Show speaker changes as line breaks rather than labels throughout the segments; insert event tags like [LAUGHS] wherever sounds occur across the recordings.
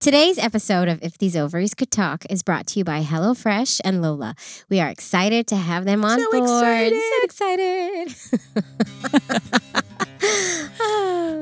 Today's episode of If These Ovaries Could Talk is brought to you by HelloFresh and Lola. We are excited to have them on
So
board.
excited.
So excited.
[LAUGHS]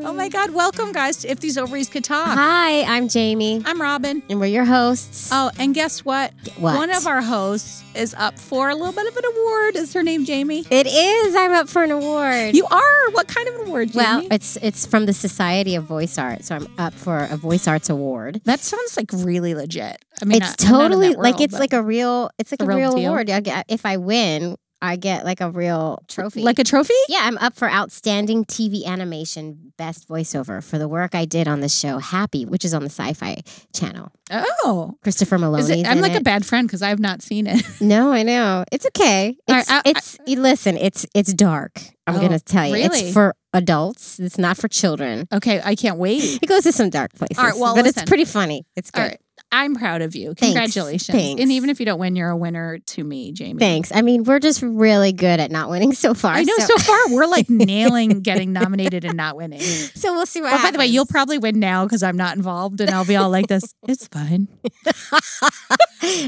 Oh my God. Welcome, guys, to If These Ovaries Could
[LAUGHS]
Talk.
Hi, I'm Jamie,
I'm Robin.
and we're your hosts.
Oh, and guess what?
What?
One of our hosts is up for a little bit of an award. Is her name Jamie?
it is. I'm up for an award.
You are. What kind of an award, Jamie?
well, it's it's from the Society of Voice Art, so I'm up for a Voice Arts award.
that sounds like really legit. I mean,
it's
I- I'm not in
totally
that
like
world,
it's
but-
like a real it's like
a
a,
real
real
deal.
award. I get, if I win, I get like a real trophy.
like a trophy.
Yeah, I'm up for outstanding TV animation best voiceover for the work I did on the show Happy, which is on the Sci-Fi Channel.
Oh,
Christopher Maloney.
is it? I'm like a bad friend because I have not seen it. [LAUGHS]
no, I know it's okay.
All right,
It's,
I- I-
it's you listen, it's it's dark. I'm
Oh,
gonna tell you,
really?
it's for adults. It's not for children.
okay, I can't wait.
It goes to some dark places,
All right, well,
but
listen.
it's pretty funny. It's good.
All right. I'm proud of you. Congratulations.
Thanks.
And even if you don't win, you're a winner to me, Jamie.
Thanks. I mean, we're just really good at not winning [LAUGHS] so far.
I know so, far we're [LAUGHS] like nailing getting nominated and not winning.
so we'll see what.
Or Oh, by the way,
happens.
you'll probably win now because I'm not involved, and I'll be all like
[LAUGHS]
this. It's fine.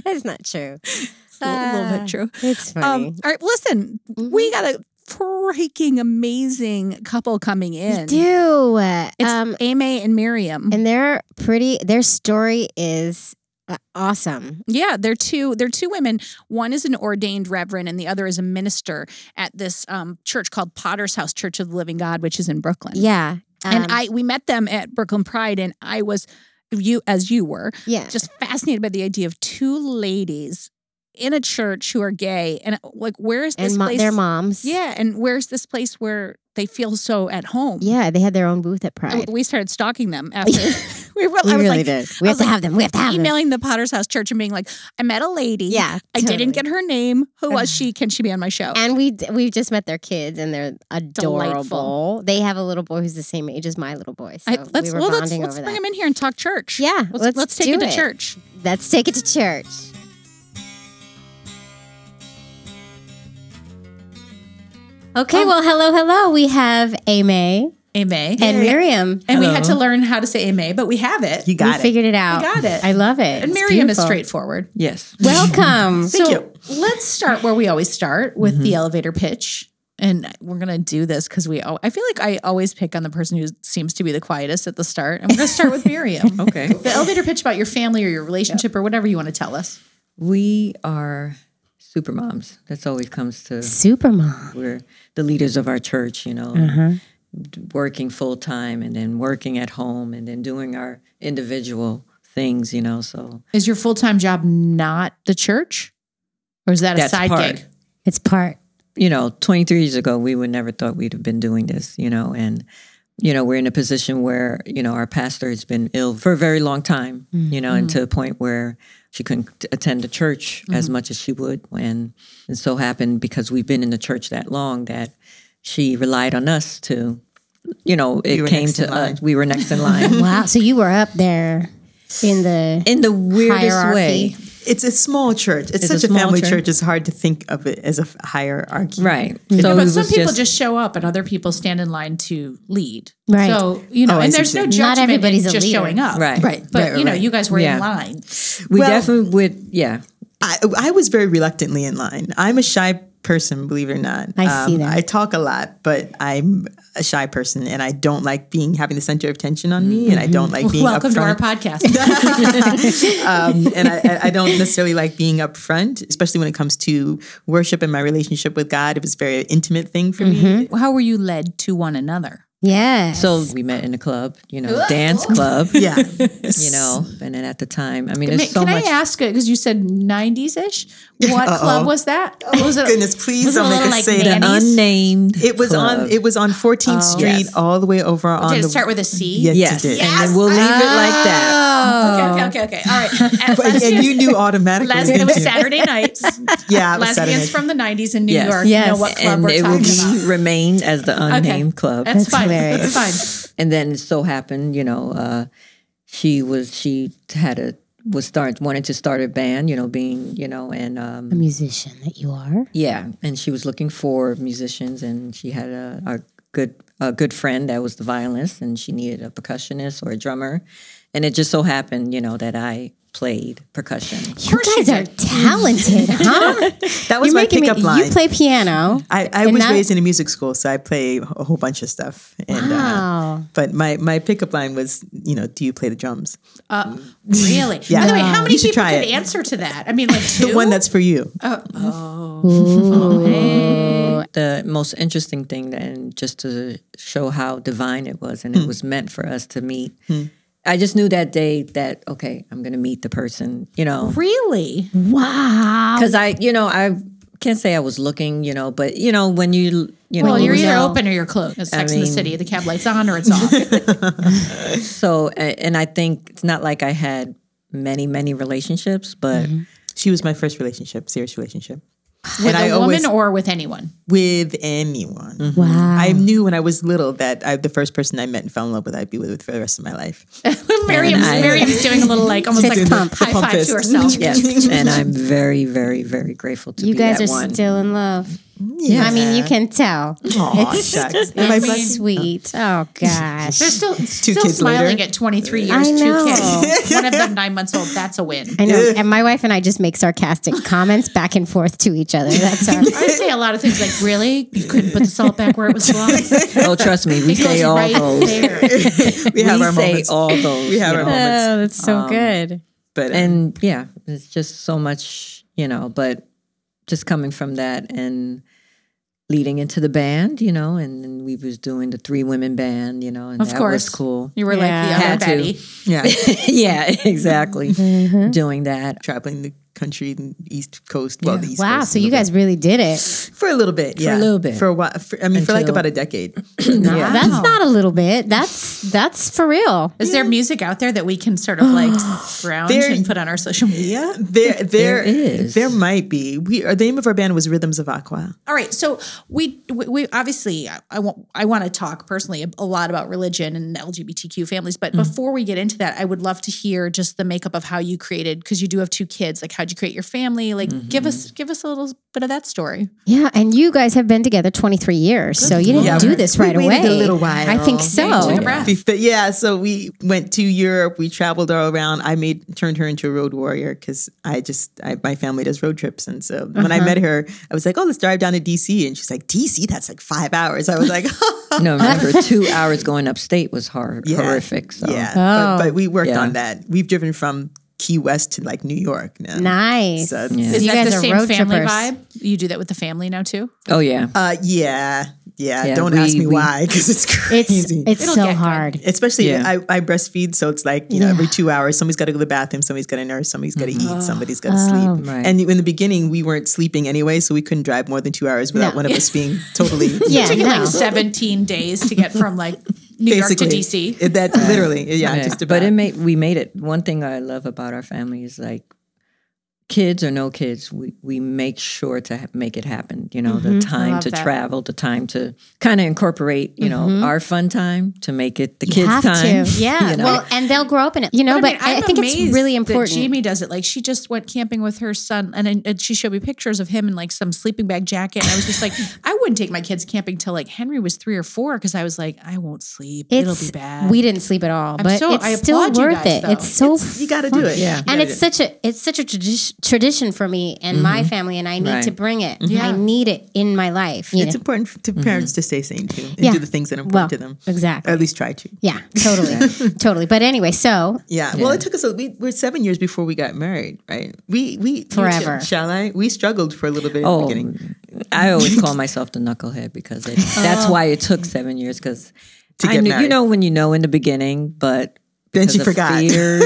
That's not true.
It's a little, little
Ah,
bit true.
It's funny. Mm-hmm.
Um, all right, listen, we got a freaking amazing couple coming in.
We do.
It's
Um,
Amy and Miriam.
and they're pretty. Their story is uh, awesome.
yeah, they're two. They're two women. One is an ordained reverend, and the other is a minister at this um, church called Potter's House Church of the Living God, which is in Brooklyn.
Yeah, um,
and I we met them at Brooklyn Pride, and I was you as you were
yeah.
just fascinated by the idea of two ladies in a church who are gay and like where is this
and mo-
place
their moms.
yeah and where's this place where they feel so at home
yeah. They had their own booth at
And
Pride.
we started stalking them
[LAUGHS]
after [LAUGHS] we were,
we
Oh, I was
really did.
like
We
I
have
was
to
like,
have them. We have to have them.
emailing the Potter's House Church and being like I met a lady
Yeah,
I didn't
totally. Uh-huh.
get her name who was she can she be on my show
And we d- we just met their kids, and they're adorable.
Delightful.
They have a little boy who's the same age as my little boy. So
I-
we
let's
were
well let's,
bonding
let's
over
bring
that.
them in here and talk church
Yeah,
let's, let's, take
do
it to church
Let's take it to church. Okay,
Um,
well, hello, hello. We have Aimee
Amy
and Miriam.
and we had to
Hello.
learn how to say Amy but we have it
You
we
got it.
figured it out.
got it.
I love it.
and
It's
Miriam is
beautiful.
straightforward
Yes.
[LAUGHS]
Welcome.
Thank
so let's start where we always start with the elevator pitch. And we're gonna do this because we. All, I feel like I always pick on the person who seems to be the quietest at the start. I'm gonna start with Miriam.
Okay.
The elevator pitch about your family or your relationship or whatever you want to tell us.
We are super moms. That's always comes to
Supermom.
we're the leaders of our church, you know,
Mm-hmm.
working full time and then working at home and then doing our individual things, you know. So
Is your full time job not the church, or is that a
That's
side
part.
gig?
It's part.
you know, 23 years ago, we would never thought we'd have been doing this, you know, and, you know, we're in a position where, you know, our pastor has been ill for a very long time, you know, and to the point where she couldn't t- attend the church as much as she would. And it so happened because we've been in the church that long that she relied on us to, you know, it came to us. We were next in line.
Wow. So you were up there in the
in the weirdest
Hierarchy.
way.
It's a small church. It's,
a
such a,
small
family
church.
church. It's hard to think of it as a f- hierarchy.
Right.
No,
So it
but
was
some people
just-
just, show up, and other people stand in line to lead.
Right.
So you know,
Oh, I
and
see
there's
what
no
you're
judgment.
saying. Not
in
everybody's a
just
leader.
showing up.
Right.
Right,
But
right,
you know,
right.
you guys were
Yeah.
in line.
we
Well-
definitely would, yeah.
I, I was very reluctantly in line. I'm a shy person, believe it or not. Um,
I see that.
I talk a lot, but I'm a shy person, and I don't like being having the center of attention on me, and I don't like being
Mm-hmm. Welcome
up
to our
front.
podcast.
um, [LAUGHS] and I, I-
[LAUGHS]
I don't necessarily like being up front, especially when it comes to worship and my relationship with God. It was a very intimate thing for me.
how were you led to one another?
yeah.
So we met in a club, you know, dance club.
[LAUGHS]
Yeah,
you know. And then at the time, I mean,
Ma-
there's so
Can
much.
I ask it because you said '90s
[LAUGHS]
ish? What club was
Oh,
that? was it,
goodness, please
was it
don't
a
make
little,
us
like
say that.
nannies?
unnamed.
it was on. It was on 14th
Oh,
Street,
Yes.
all the way over on.
Did
the,
it start with a C?
Yes,
yes,
it did.
and then we'll leave it
Ah, Okay,
like that.
okay, okay, okay.
[LAUGHS]
All right. At
and, and
lesbians,
you knew automatically.
lesbians, it was
didn't you?
Saturday
[LAUGHS]
nights.
Yeah, it was Saturday
lesbians
night.
from the '90s in New
Yes.
York.
Yes.
You know what club
and
we're
it
talking
will
about?
be remain as the unnamed club.
That's, fine.
hilarious.
That's fine.
and then it so happened, you know, uh, she was she had a was start wanted to start a band, you know, being you know, and um,
a musician that you are.
Yeah, and she was looking for musicians, and she had a, our good a good friend that was the violinist, and she needed a percussionist or a drummer, and it just so happened, you know, that I played percussion.
You guys are talented, huh?
That was
You're
my
making me-
pickup line.
You play piano.
I, I
and
was
that-
raised in a music school, so I play a whole bunch of stuff. And,
Wow.
Uh, but my, my pickup line was, you know, do you play the drums? [LAUGHS]
Uh, really?
Yeah.
By the way, how
Wow.
many
You should
people
try
could
it.
answer to that? I mean, like two.
[LAUGHS] The one that's for you.
Oh.
the most interesting thing and just to show how divine it was and it was meant for us to meet i just knew that day that okay i'm gonna meet the person you know
really.
Wow.
because i you know i can't say i was looking you know but you know when you you know
Well, you're
you
either
know,
open or you're closed. It's Sex in the
mean-
City. The cab light's on or
[LAUGHS]
it's off.
so a- and i think it's not like i had many many relationships but
She was my first relationship, serious relationship.
with
and I
a
always
woman or with anyone.
with anyone.
Mm-hmm.
Mm-hmm.
Wow.
I knew when I was little that I, the first person I met and fell in love with, I'd be with for the rest of my life.
[LAUGHS] Miriam's,
I-
Miriam's doing a little like almost like
pump.
high
The pump
five
fist.
to herself.
yes and i'm very very very grateful to
you
be
guys
that
are
one
still in love. I mean, you can tell.
Aw, shucks. Am
[LAUGHS]
I
It's
blessed?
sweet. Oh gosh.
[LAUGHS] They're still, still
kids
smiling
later.
at 23 years,
I
two
know.
kids. [LAUGHS] One of them nine months old. That's a win.
I know. And my wife and I just make sarcastic comments back and forth to each other. That's our
I say a lot of things like, really? You couldn't put the salt back where it was
[LAUGHS]
belonged?
oh trust me
[LAUGHS]
we
It goes
say all
right
those
there.
We oh, have
we
our
say
moments.
all those
We have
you
our
know.
moments.
that's so
um,
good.
But uh,
and yeah, it's just so much, you know, but just coming from that and leading into the band, you know, and, then we was doing the three women band, you know, and
Of
that
course.
was cool. [LAUGHS]
You were
Yeah.
like
Had
the
to.
other Betty.
yeah,
yeah, exactly. Doing that.
[LAUGHS] traveling the country, the East Coast, well, the East
Wow.
Coast.
So
a
you
little
guys really did it.
bit. for a little bit, yeah,
little bit.
for a while. For, I mean, for like
Until-
about a decade. [CLEARS THROAT]
That's not a little bit. That's that's for real.
Is there music out there that we can sort of
[GASPS]
like ground
There-
and put on our social media?
Yeah, there, there, there
is.
might be. We, our, the name of our band was Rhythms of Aqua.
All right, so we we, we obviously I, I want I want to talk personally a, a lot about religion and LGBTQ families, but before we get into that, I would love to hear just the makeup of how you created because you do have two kids. Like, how'd you create your family? Like, give us give us a little bit of that story.
Yeah, and you guys have been together 23 years, so you didn't
Yeah,
do
we-
this
we
right away.
waited a little while.
I think so.
Yeah, you took a breath.
But yeah, so we went to Europe. We traveled all around. I made turned her into a road warrior because I just I, my family does road trips, and so when I met her, I was like, "Oh, let's drive down to DC," and she's like, "DC? That's like five hours." I was like, [LAUGHS] "Oh,
No, remember two hours going upstate was hor-
Yeah.
horrific. So
"Yeah," but, but we worked
Yeah.
on that. We've driven from Key West to like New York now.
Nice.
So,
Is
You
that
guys
the
are
same
road
family
trippers.
vibe? You do that with the family now too?
Oh yeah.
uh, yeah, yeah.
Yeah,
Don't
we-
ask me
we-
why [LAUGHS] because it's
It's
crazy.
it's
It'll
so
get good.
hard.
Especially,
Yeah.
I, I breastfeed, so it's like you know, every two hours, somebody's got to go to the bathroom, somebody's got to nurse, somebody's got to eat, somebody's got to sleep.
Right.
And in the beginning, we weren't sleeping anyway, so we couldn't drive more than two hours without
No.
one of us being totally [LAUGHS]
Yeah,
Taking
no.
like seventeen days to get from like New
basically
York to DC.
It- That literally, yeah,
Yeah.
just about.
but it made we made it. One thing I love about our family is like kids or no kids, we we make sure to ha- make it happen. You know, the time
love
to
that.
travel, the time to kind of incorporate. You know, our fun time to make it the kids'
Have
time. [LAUGHS]
to. Yeah.
you know.
Well, and they'll grow up in it. You know, but,
mean,
I,
I'm
think
amazed
it's really
that
important.
Jamie does it. Like she just went camping with her son, and, and she showed me pictures of him in like some sleeping bag jacket. And I was just
[LAUGHS]
like, I wouldn't take my kids camping till like Henry was three or four because I was like, I won't sleep. It'll be
It's-
bad.
We didn't sleep at all, but
so- I
it's still
applaud
worth
you guys,
it.
though.
It's so
you got to do it. Yeah,
and it's such a it's such a tradi- tradition for me and my family, and I need
Right.
to bring it.
Mm-hmm.
I need it in my life. you
it's
know?
important f- to parents to stay sane too and
Yeah.
do the things that are important
Well,
to them.
exactly.
Or at least try to.
yeah, totally,
[LAUGHS]
totally. But anyway, so
Yeah. Well, it took us. A, we were seven years before we got married, right? We we you too,
Forever.
Shall I? We struggled for a little bit in the
Oh,
beginning.
I always call myself the knucklehead because it, that's
Oh.
why it took seven years. Because I
get
knew, you
married.
know, when you know in the beginning, but
Then
because
she
of
forgot. [LAUGHS]
fears-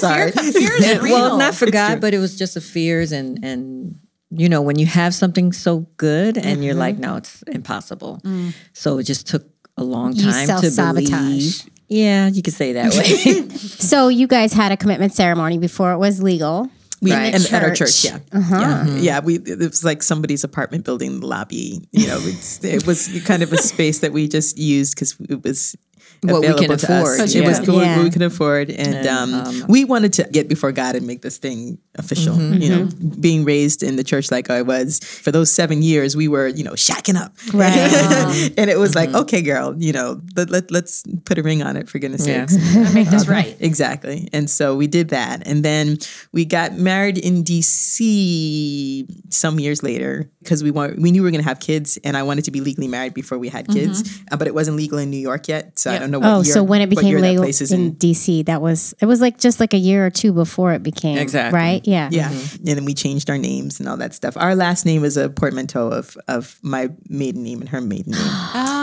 Sorry.
Fear is real.
[LAUGHS] well, not forgot, but it was just the fears and and you know when you have something so good and you're
Mm-hmm.
like, no, it's impossible.
Mm.
So it just took a long
You
time to
self-sabotage.
believe. Yeah, you could say
[LAUGHS]
that way.
so you guys had a commitment ceremony before it was legal.
We,
Right. Uh-huh.
and, at our
church.
church, yeah, yeah, yeah. We it was like somebody's apartment building lobby. You know, it's, it was kind of a space that we just used because it was
What we can
available to us.
afford,
It was
yeah.
cool,
Yeah.
what we could afford,
And,
and, um,
um,
we wanted to get before God and make this thing official. You know,
Mm-hmm.
being raised in the church like I was for those seven years, we were you know shacking up,
Right.
[LAUGHS] and it was like,
Mm-hmm.
okay, girl, you know, let, let let's put a ring on it for goodness
Yeah.
sakes.
make this right.
Exactly. And so we did that. And then we got married in DC some years later because we want, we knew we were going to have kids and I wanted to be legally married before we had kids, uh, but it wasn't legal in New York yet. So I
Yeah.
don't know what
Mm-hmm. Oh,
year,
so when it
what
became
year that
legal
place is
in,
in.
DC, that was it was like just like a year or two before it became
Exactly.
right. Yeah,
Yeah.
Mm-hmm.
And then we changed our names and all that stuff. Our last name is a portmanteau of, of my maiden name and her
[GASPS]
maiden name.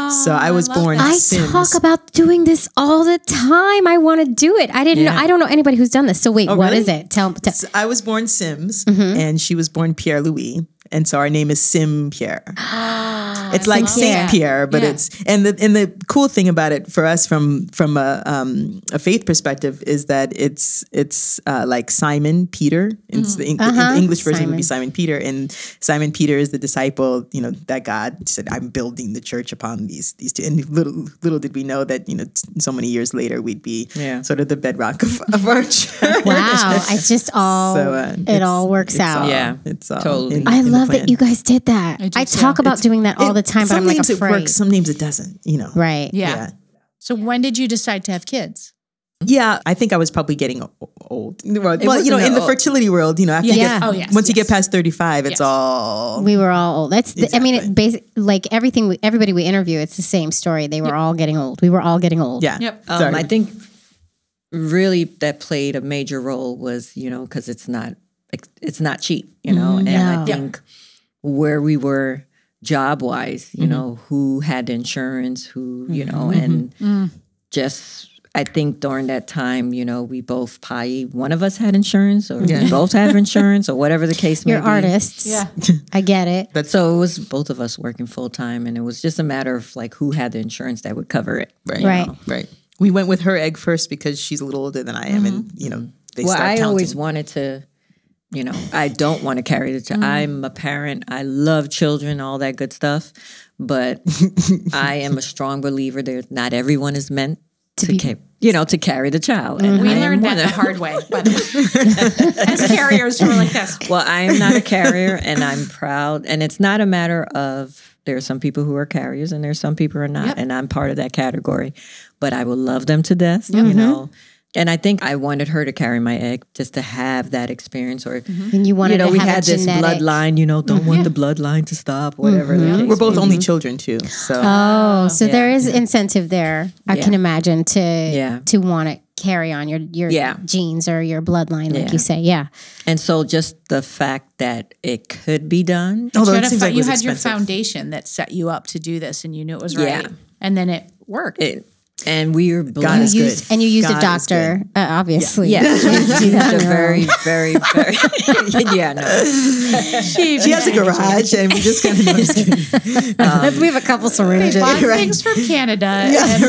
so I was born
Oh, I
Sims.
talk about doing this all the time. I want to do it. I didn't. know
Yeah.
I don't know anybody who's done this. So wait, what is
Oh, really?
it? Tell. tell
So I was born Sims, and she was born Pierre Louis, and so our name is Sim Pierre. it's like Saint Pierre, but
Yeah.
it's and the and the cool thing about it for us from from a um, a faith perspective is that it's it's uh, like Simon Peter. It's the, Eng- the English version would be Simon Peter, and Simon Peter is the disciple. You know that God said, "I'm building the church upon these these two. And little little did we know that you know t- so many years later we'd be
Yeah.
sort of the bedrock of, of our [LAUGHS] church. [LAUGHS]
wow, it's just all
So, uh,
it
it's-
all works
it's
out.
all-
Yeah,
it's all
totally.
I
the
love
plan.
that you guys did that. I,
do too.
talk about doing that all the time, but I'm like
sometimes
afraid.
it works, sometimes it doesn't. You know,
Right.
Yeah.
Yeah.
So when did you decide to have kids?
Yeah, I think I was probably getting o- old. Well,
wasn't
you know, in the
old.
fertility world, you know, after
Yeah.
you get,
Oh, yes,
once you
yes.
get past thirty-five, it's
Yes.
all
We were all old. That's the, I mean, it
Exactly.
basic like everything. We, everybody we interview, it's the same story. They were all getting old. We were all getting old.
yeah.
Yep.
Um,
Sorry.
I think really that played a major role was you know because it's not it's not cheap, you know,
Mm-hmm.
and I
No.
think where we were job wise, you know,
Mm-hmm.
who had insurance, who you know, and
Mm.
just. I think during that time, you know, we both probably one of us had insurance, or we both have insurance, or whatever the
[LAUGHS]
case may
You're
be.
artists.
Yeah.
I get it.
So it was both of us working full time, and it was just a matter of like who had the insurance that would cover it.
right,
Right.
right. We went with her egg first because she's a little older than I am, and you know, they
well,
start
I
counting.
always wanted to, you know, I don't want to carry the child. I'm a parent. I love children, all that good stuff. But I am a strong believer that not everyone is meant to, ca- you know, to carry the child. And
We
I am
learned
one
that the
of-
hard way, but
[LAUGHS]
as carriers, we're like this.
well, I am not a carrier and I'm proud. And it's not a matter of there are some people who are carriers and there's some people who are not. And I'm part of that category. But I will love them to death, you know. And I think I wanted her to carry my egg just to have that experience or
And you wanted
you know,
to
we
have a
had this
genetic- Mm-hmm.
bloodline, you know, don't
[LAUGHS]
want the bloodline to stop, whatever. the case
We're both
may
only children too, so Uh,
Oh, so there is incentive there. I can imagine to
Yeah.
to want to carry on your your
Yeah.
genes or your bloodline, like
Yeah.
you say. Yeah.
be. And so just the fact that it could be done.
[LAUGHS] although
you
it
had, a
seems
fo-
like it
you
was
had your
expensive.
foundation that set you up to do this and you knew it was
Yeah.
right and then it worked
It, and we were
God is
You
good.
used and you used a
God is
doctor, uh, obviously.
Yeah, [LAUGHS]
[LAUGHS]
she's a very, very, very. [LAUGHS] yeah,
[LAUGHS]
no.
She has a garage, and we just kind of.
we have a
Um,
couple syringes.
bought
Right.
things from
[LAUGHS]
Canada and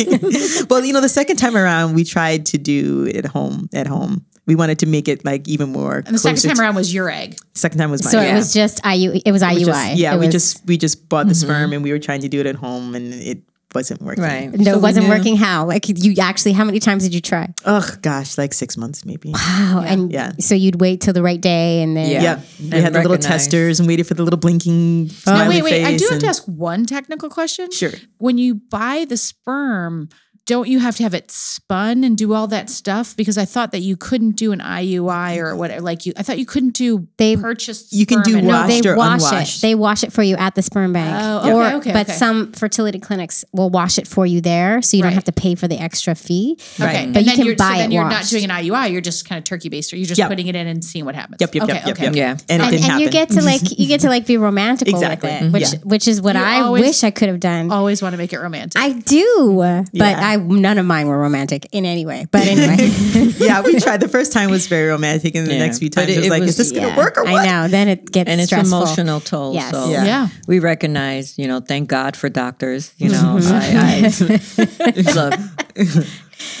then
well, you know, the second time around, we tried to do it home. At home, we wanted to make it like even more.
the second time around was your egg
second time was my
So it
yeah.
was just IU. It was IUI.
We just- yeah,
It
we
was-
just we just bought the sperm and we were trying to do it at home and it wasn't working.
Right.
No,
So
it
we
wasn't
knew-
working. How? Like you actually? How many times did you try?
Ugh, gosh, like six months maybe.
Wow. and
Yeah.
so you'd wait till the right day, and then
Yeah.
Yeah, we
And
had the little
recognize.
testers and waited for the little blinking.
now wait
smiley
wait i
face
do have
and-
to ask one technical question
Sure.
when you buy the sperm don't you have to have it spun and do all that stuff because i thought that you couldn't do an iui or whatever like you i thought you couldn't do
They-
purchased
You can
sperm
do
and-
No,
Washed
they
or
wash it.
unwashed?
They wash it for you at the sperm bank.
Oh, okay,
or,
okay,
but
okay.
some fertility clinics will wash it for you there, so you
Right.
don't have to pay for the extra fee. But
Okay, and
you
then
can
you're,
buy
so then
it
you're
washed.
not doing an IUI. You're just kind of turkey based, or you're just
Yep.
putting it in and seeing what happens.
Yep, yep,
okay,
yep, yep,
okay.
yep.
Yeah.
And it
And,
didn't
and
happen.
you get to like you get to like be romantical
Exactly.
with it, which
Yeah.
which is what
You
I
always- Oh.
wish I could have done.
Always want to make it romantic.
I do, but
Yeah.
I none of mine were romantic in any way.
[LAUGHS]
But anyway,
yeah, we tried. The first time was very romantic, and the
Yeah.
next few
But
times
it-
it, was
it
like,
was-
is this
Yeah.
gonna work or what?
I know. Then it gets
And it's
stressful.
emotional toll.
Yes.
So
Yeah.
Yeah.
we recognize, you know, thank God for doctors. You know, I,
Mm-hmm. [LAUGHS]
I, [LAUGHS] look,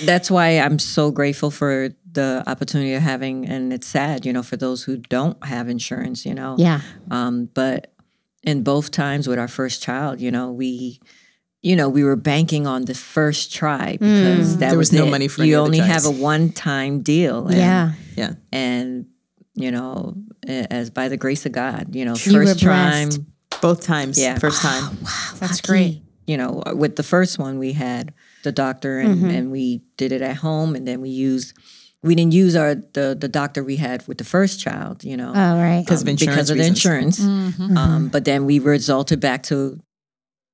that's why I'm so grateful for the opportunity of having, and it's sad, you know, for those who don't have insurance, you know.
Yeah.
Um, but in both times with our first child, you know, we you know, we were banking on the first
Mm.
try because that
There was no
it.
money for
you
any other
only have
tries.
a one time deal. And,
Yeah.
Yeah.
and you know, a- as by the grace of God, you know,
You were
first time,
blessed.
Both times.
Yeah.
First time.
That's
Lucky.
great.
you know, with the first one we had the doctor and,
Mm-hmm.
and we did it at home, and then we used. We didn't use our the, the doctor we had with the first child, you know, um,
All right.
Because of insurance.
because of the
reasons.
insurance.
Mm-hmm.
Mm-hmm.
Um, but then we resulted back to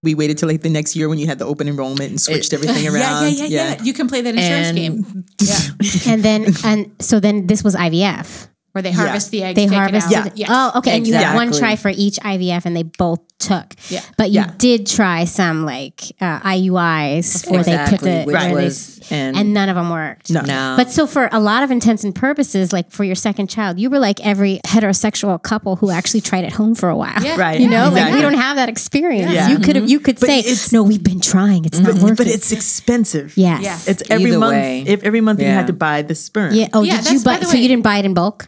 We waited till like the next year when you had the open enrollment and switched everything
Yeah,
around.
yeah, yeah, yeah, You can play that insurance
And-
game yeah.
and then and so then this was IVF.
where they harvest the eggs.
They
take it out.
harvested.
Yeah.
Yes.
Oh, okay. And you had one try
Exactly.
for each IVF, and they both took.
Yeah.
But you
Yeah.
did try some like uh, IUIs where
exactly,
they put the
which
where they
was and,
and none of them worked.
No.
now
But so, for a lot of intents and purposes, like for your second child, you were like every heterosexual couple who actually tried at home for a while.
Yeah.
Right.
[LAUGHS] You know, like we
Exactly.
don't have that experience.
Yeah.
You could have, you could say,
it's- Mm-hmm.
"No, we've been trying. It's not working."
But it's expensive.
yes.
Yeah.
It's every
Either
month.
way.
If every month you
Yeah.
had to buy the sperm.
Yeah. Oh,
Yeah,
did you
that's- by
buy?
the
So
way-
you didn't buy it in bulk?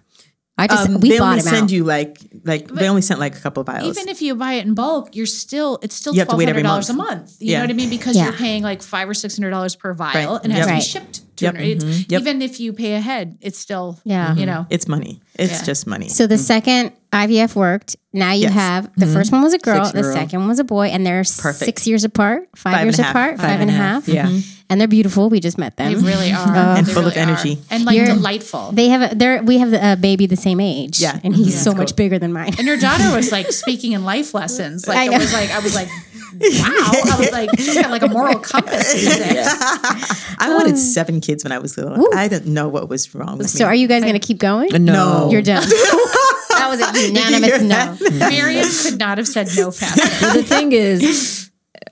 I just
Um,
we
they
bought
only
him
send
out.
you like like they only sent like a couple vials.
Even if you buy it in bulk, you're still it's still
You have to
twelve
wait
hundred
every
dollars a
month.
month. You
Yeah.
know what I mean? Because
Yeah.
you're paying like five or six hundred dollars per vial
Right.
and it has to
Yep.
be shipped to
Yep. Mm-hmm.
an- it's-
Yep.
even if you pay ahead, it's still
Yeah.
you know.
it's money. It's
Yeah.
just money.
So the second IVF worked. Now you
Mm. Yes.
have the first one was a girl, the
Six-year-old.
second one was a boy, and they're
Perfect.
six years apart, five,
Five and
years
a half.
apart, five and a half. Mm-hmm.
Yeah.
and they're beautiful. We just met
They
them.
[LAUGHS]
really are.
Mm-hmm. And
They
full of
really are.
energy.
And like
You're-
delightful.
They have a, they're we have a baby the same age.
Yeah.
and he's
Yeah.
so
That's
much
cool.
bigger than
[LAUGHS]
mine.
and your daughter was like speaking in life lessons. Like
I
I,
know.
was like I was like wow. I was like she's got like a moral compass. these days.
I wanted seven kids when I was little. I didn't know what was wrong with
So
me.
are you guys going to keep going?
no,
[LAUGHS] You're
[LAUGHS]
done. that was a unanimous no.
Marion could not have said no faster.
the thing is,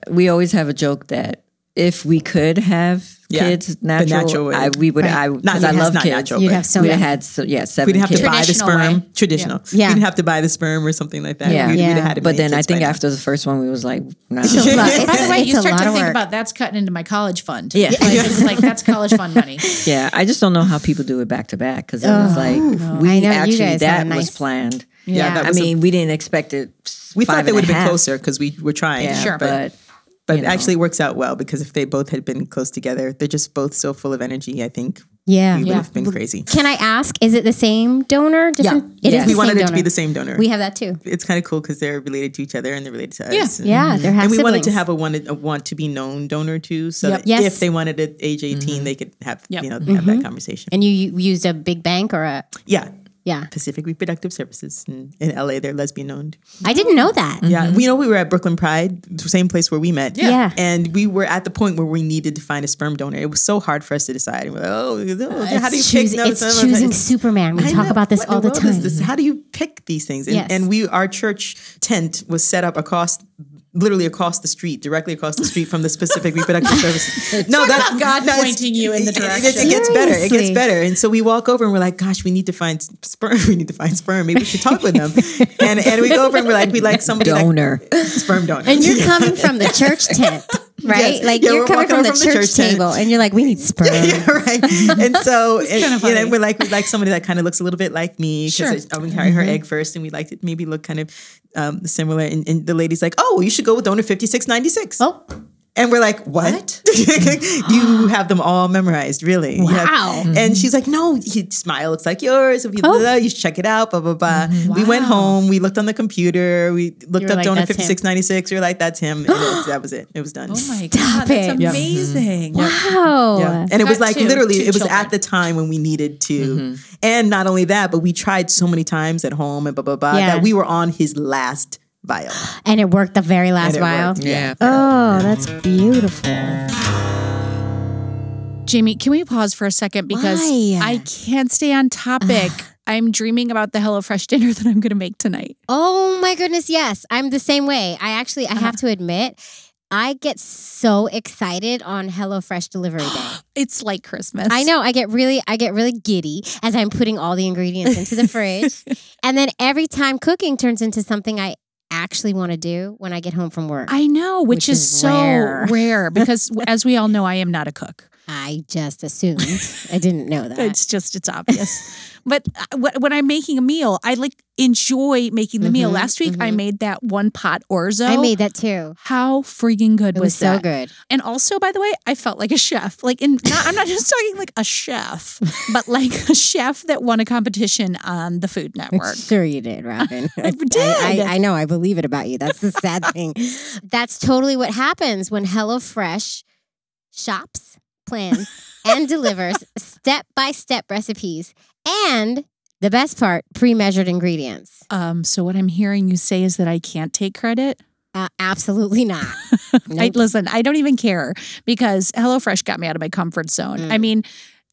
we always have a joke that if we could have
Yeah,
kids
the
natural,
natural way.
I, we would. I because I
yes,
love
not
kids.
natural,
You'd
but
have so
We'd have
many.
had so, yeah
we
seven
didn't have
kids.
to buy the
Traditional
sperm.
way.
Traditional.
Yeah.
We didn't have to buy the sperm or something like that.
Yeah.
We'd,
Yeah.
We'd have had it
but
made
then I
kids
think
by now.
after the first one, we was like, no.
It's a lot.
By the way,
It's
you
a
start
lot
to
of
think
work.
about that's cutting into my college fund.
Yeah.
Like, it's like that's college fund money.
yeah, I just don't know how people do it back to back because it was like
I
we
know, you
actually
guys had a
that
nice-
was planned.
yeah, that
I
was a-
mean, we didn't expect it. s-
we thought
five and
they
a
would have been
half,
closer because we were trying.
yeah,
Sure.
but
but
but
you know.
actually it works out well because if they both had been close together, they're just both so full of energy. I think
Yeah.
we would
Yeah.
have been crazy.
Can I ask? Is it the same donor? Different? It is
Yes.
the
We wanted
same
it
donor.
to be the same donor.
We have that too.
it's kind of cool because they're related to each other and they're related to
Yeah.
us. And-
Yeah, they're half
and we wanted to
siblings.
have a wanted a want to be known donor too, so
Yep.
that
Yes. Mm-hmm.
if they wanted at age 18 they could have
Yep.
you know have that conversation.
And you you used a big bank or a
yeah,
yeah.
Pacific Reproductive Services in, in LA, they're lesbian owned.
I didn't know that.
Yeah, we know we were at Brooklyn Pride, the same place where we met.
Mm-hmm. Yeah. Yeah.
and we were at the point where we needed to find a sperm donor. It was so hard for us to decide. And we're like, oh, no, how do you
It's
pick?
choos-
No,
it's
no, no,
choosing
it's-
Superman. We
I
talk
know.
about this
What in
all the,
world
time.
is this? How do you pick these things? And,
Yes.
and we, our church tent was set up across, literally across the street, directly across the street from the specific reproductive
[LAUGHS]
services. No, that
God
no, it's-
pointing you in the
it- it-
direction.
It, gets better. It gets
Seriously.
better. And so we walk over and we're like, gosh, we need to find sperm. [LAUGHS] We need to find sperm. Maybe we should talk
[LAUGHS]
with them. and and we go over and we're like, we like somebody like-
donor.
sperm donor.
And you're coming from the church tent, right?
Yes.
Like
Yeah,
you're
we're
coming
walking
from the,
over from the
church,
church tent.
table, and you're like, we need sperm.
[LAUGHS] [LAUGHS] yeah, right. And
[LAUGHS]
so, and, you know,
funny.
we're like, we like somebody that kind of looks a little bit like me because
Sure.
I, I would carry her
Mm-hmm.
egg first, and we liked it maybe look kind of um, similar. And, and the lady's like, "Oh, well, you should go with donor fifty six ninety six.
Oh,
And we're like, "What? [LAUGHS] you have them all memorized, really? You have-
Wow. Oh.
and she's like, "No, you smile. It's like yours. If you, blah, blah, you should check it out. Blah blah blah." We went home. We looked on the computer. We looked
Mm-hmm. were
up
like,
donor
"That's him."
fifty six ninety six. We were like,
[GASPS]
"That's him." And it- that was it. It was done.
Oh my
Stop
god, that's
it. Yeah.
amazing.
wow.
Yeah. And it was
Got
like
two-
literally,
two
it was
children. Mm-hmm.
at the time when we needed to. And not only that, but we tried so many times at home and blah, blah, blah,
Yeah.
that we were on his last
[GASPS]
vial.
And it worked the very last
it
while.
worked.
Yeah.
Oh, that's beautiful.
Jamie, can we pause for a second because
Why?
I can't stay on topic. I'm dreaming about the HelloFresh dinner [LAUGHS] that I'm going to make tonight.
Oh my goodness, yes. I'm the same way. I actually I have to admit, I get so excited on HelloFresh delivery day.
It's like Christmas.
I know. I get really, I get really giddy as I'm putting all the ingredients into the
[LAUGHS]
fridge, and then every time cooking turns into something I actually want to do when I get home from work.
I know, which,
Which
is,
is
so
rare. [LAUGHS]
rare because as we all know, I am not a cook.
I just assumed. I didn't know that.
[LAUGHS] It's just it's obvious. [LAUGHS] but uh, wh- when I'm making a meal, I like enjoy making the meal.
Mhm,
Last week I
mhm.
made that one pot orzo.
I made that too.
how freaking good
It was,
was,
so
that?
good.
And also, by the way, I felt like a chef. Like, in not, I'm not just talking like
[LAUGHS]
a chef, but like a chef that won a competition on the Food Network.
Sure, you did, Robin.
[LAUGHS]
I,
did.
I, I know. I believe it about you. That's the
[LAUGHS]
sad thing. That's totally what happens when HelloFresh shops, plans, and delivers
[LAUGHS]
step by step recipes and the best part, pre measured ingredients.
Um, so what I'm hearing you say is that I can't take credit.
Uh, absolutely not. No
[LAUGHS] I, listen, I don't even care because HelloFresh got me out of my comfort zone. I
Mm.
mean,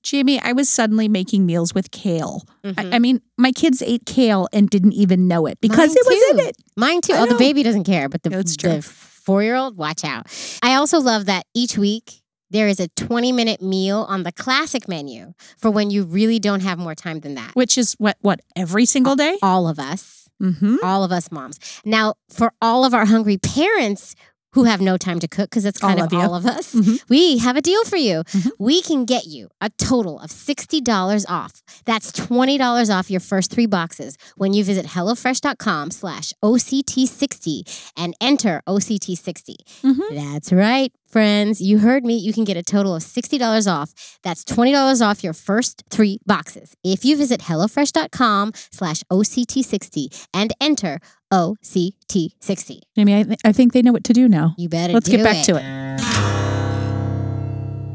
Jamie, I was suddenly making meals with kale.
Mhm.
I, I mean, my kids ate kale and didn't even know it because
Mine
it was in
too.
it.
Mine too.
I
Oh, the
know.
baby doesn't care, but the,
No, it's true.
the four year old, watch out. I also love that each week there is a 20 minute meal on the classic menu for when you really don't have more time than that.
Which is what what every single day.
All of us,
Mm-hmm.
all of us moms. Now, for all of our hungry parents who have no time to cook, because that's kind
All
of,
of you.
all of us,
Mhm.
we have a deal for you.
Mhm.
We can get you a total of $60 off. That's $20 off your first three boxes when you visit HelloFresh.com slash OCT60 and enter OCT60.
Mhm.
That's right, friends. You heard me. You can get a total of $60 off. That's $20 off your first three boxes if you visit HelloFresh.com slash OCT60 and enter OCT60.
Jamie, I, th- I think they know what to do now.
You better
Let's get
do
back
it.
to it.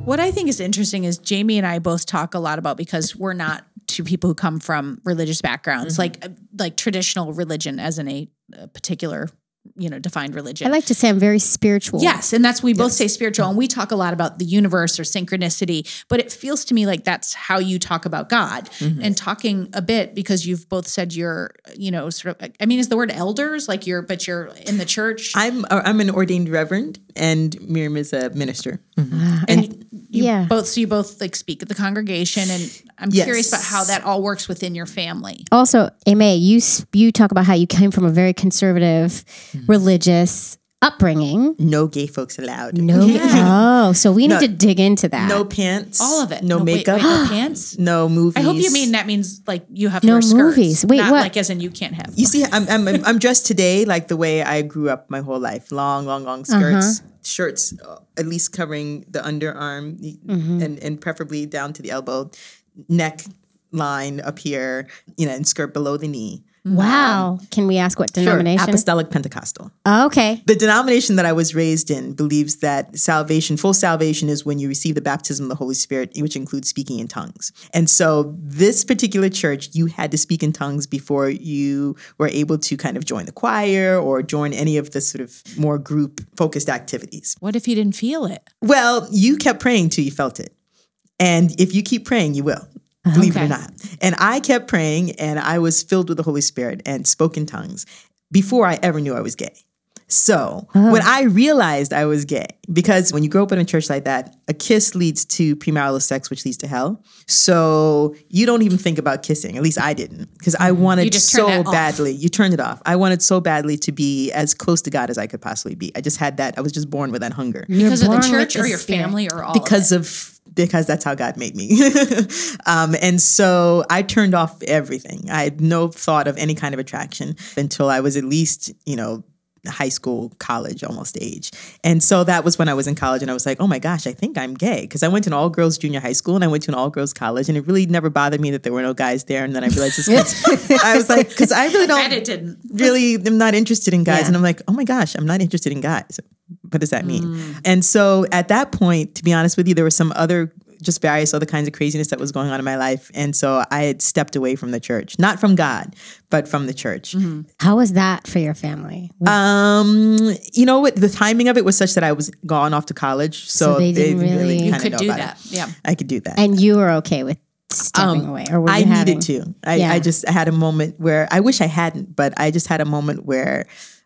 What I think is interesting is Jamie and I both talk a lot about because we're not two people who come from religious backgrounds, like uh, like traditional religion as in a, a particular, you know, defined religion.
I like to say I'm very spiritual.
Yes, and that's we both say spiritual, and we talk a lot about the universe or synchronicity. But it feels to me like that's how you talk about God. And talking a bit because you've both said you're, you know, sort of. I mean, is the word elders like you're, but you're in the church.
I'm uh, I'm an ordained reverend, and Miriam is a minister.
Mm.
and you
yeah.
both so you both like speak at the congregation and i'm
Yes.
curious about how that all works within your family
also, Aimee, you s- you talk about how you came from a very conservative,
Mm.
religious upbringing.
No gay folks allowed.
No, oh, so we need
No.
to dig into that.
no pants.
all of it
No,
wait,
makeup.
wait, no pants
[GASPS] No movies.
i hope you mean that means like you have to
No
wear skirts,
movies. Wait,
not
what?
like as in you can't have
You see, I'm, I'm I'm- I'm dressed today like the way I grew up my whole life: long, long, long
Uh-huh.
skirts, shirts uh, at least covering the underarm, y-
Mm-hmm.
and and preferably down to the elbow, neck line up here, you know, and skirt below the knee.
wow. Can we ask what denomination?
Apostolic Pentecostal.
Oh, okay.
The denomination that I was raised in believes that salvation, full salvation, is when you receive the baptism of the Holy Spirit, which includes speaking in tongues. And so, this particular church, you had to speak in tongues before you were able to kind of join the choir or join any of the sort of more group focused activities.
what if you didn't feel it
Well, you kept praying till you felt it. And if you keep praying, you will. Believe it
Uh-huh. Okay.
or not. And I kept praying and I was filled with the Holy Spirit and spoke in tongues before I ever knew I was gay. So
Oh.
when I realized I was gay, because when you grow up in a church like that, a kiss leads to premarital sex, which leads to hell. So you don't even think about kissing. At least I didn't, because I wanted
Mm-hmm. You just turn
so
that off.
badly. You turned it off. I wanted so badly to be as close to God as I could possibly be. I just had that. I was just born with that hunger
because of the
born with
church
the
or your
Spirit.
family or all of it?
because of because that's how God made me. [LAUGHS] um, and so I turned off everything. I had no thought of any kind of attraction until I was at least, you know, high school, college almost age. And so that was when I was in college and I was like, oh my gosh, I think I'm gay. Because I went to an all girls junior high school and I went to an all girls college and it really never bothered me that there were no guys there. And then I realized this was, I was like, because I really don't
and it didn't
really am not interested in guys.
Yeah.
And I'm like, oh my gosh, I'm not interested in guys. What does that mean?
Mm.
And so at that point, to be honest with you, there was some other just various other kinds of craziness that was going on in my life. And so I had stepped away from the church. Not from God, but from the church.
How was that for your family?
Um, you know what the timing of it was such that I was gone off to college. So,
they didn't really- You
kinda
could
know
do
about
that
it.
yeah
I could do that.
and you were okay with stepping away, or were you
Um, I
having-
needed to. I,
Yeah.
I just had a moment where I wish I hadn't, but I just had a moment where,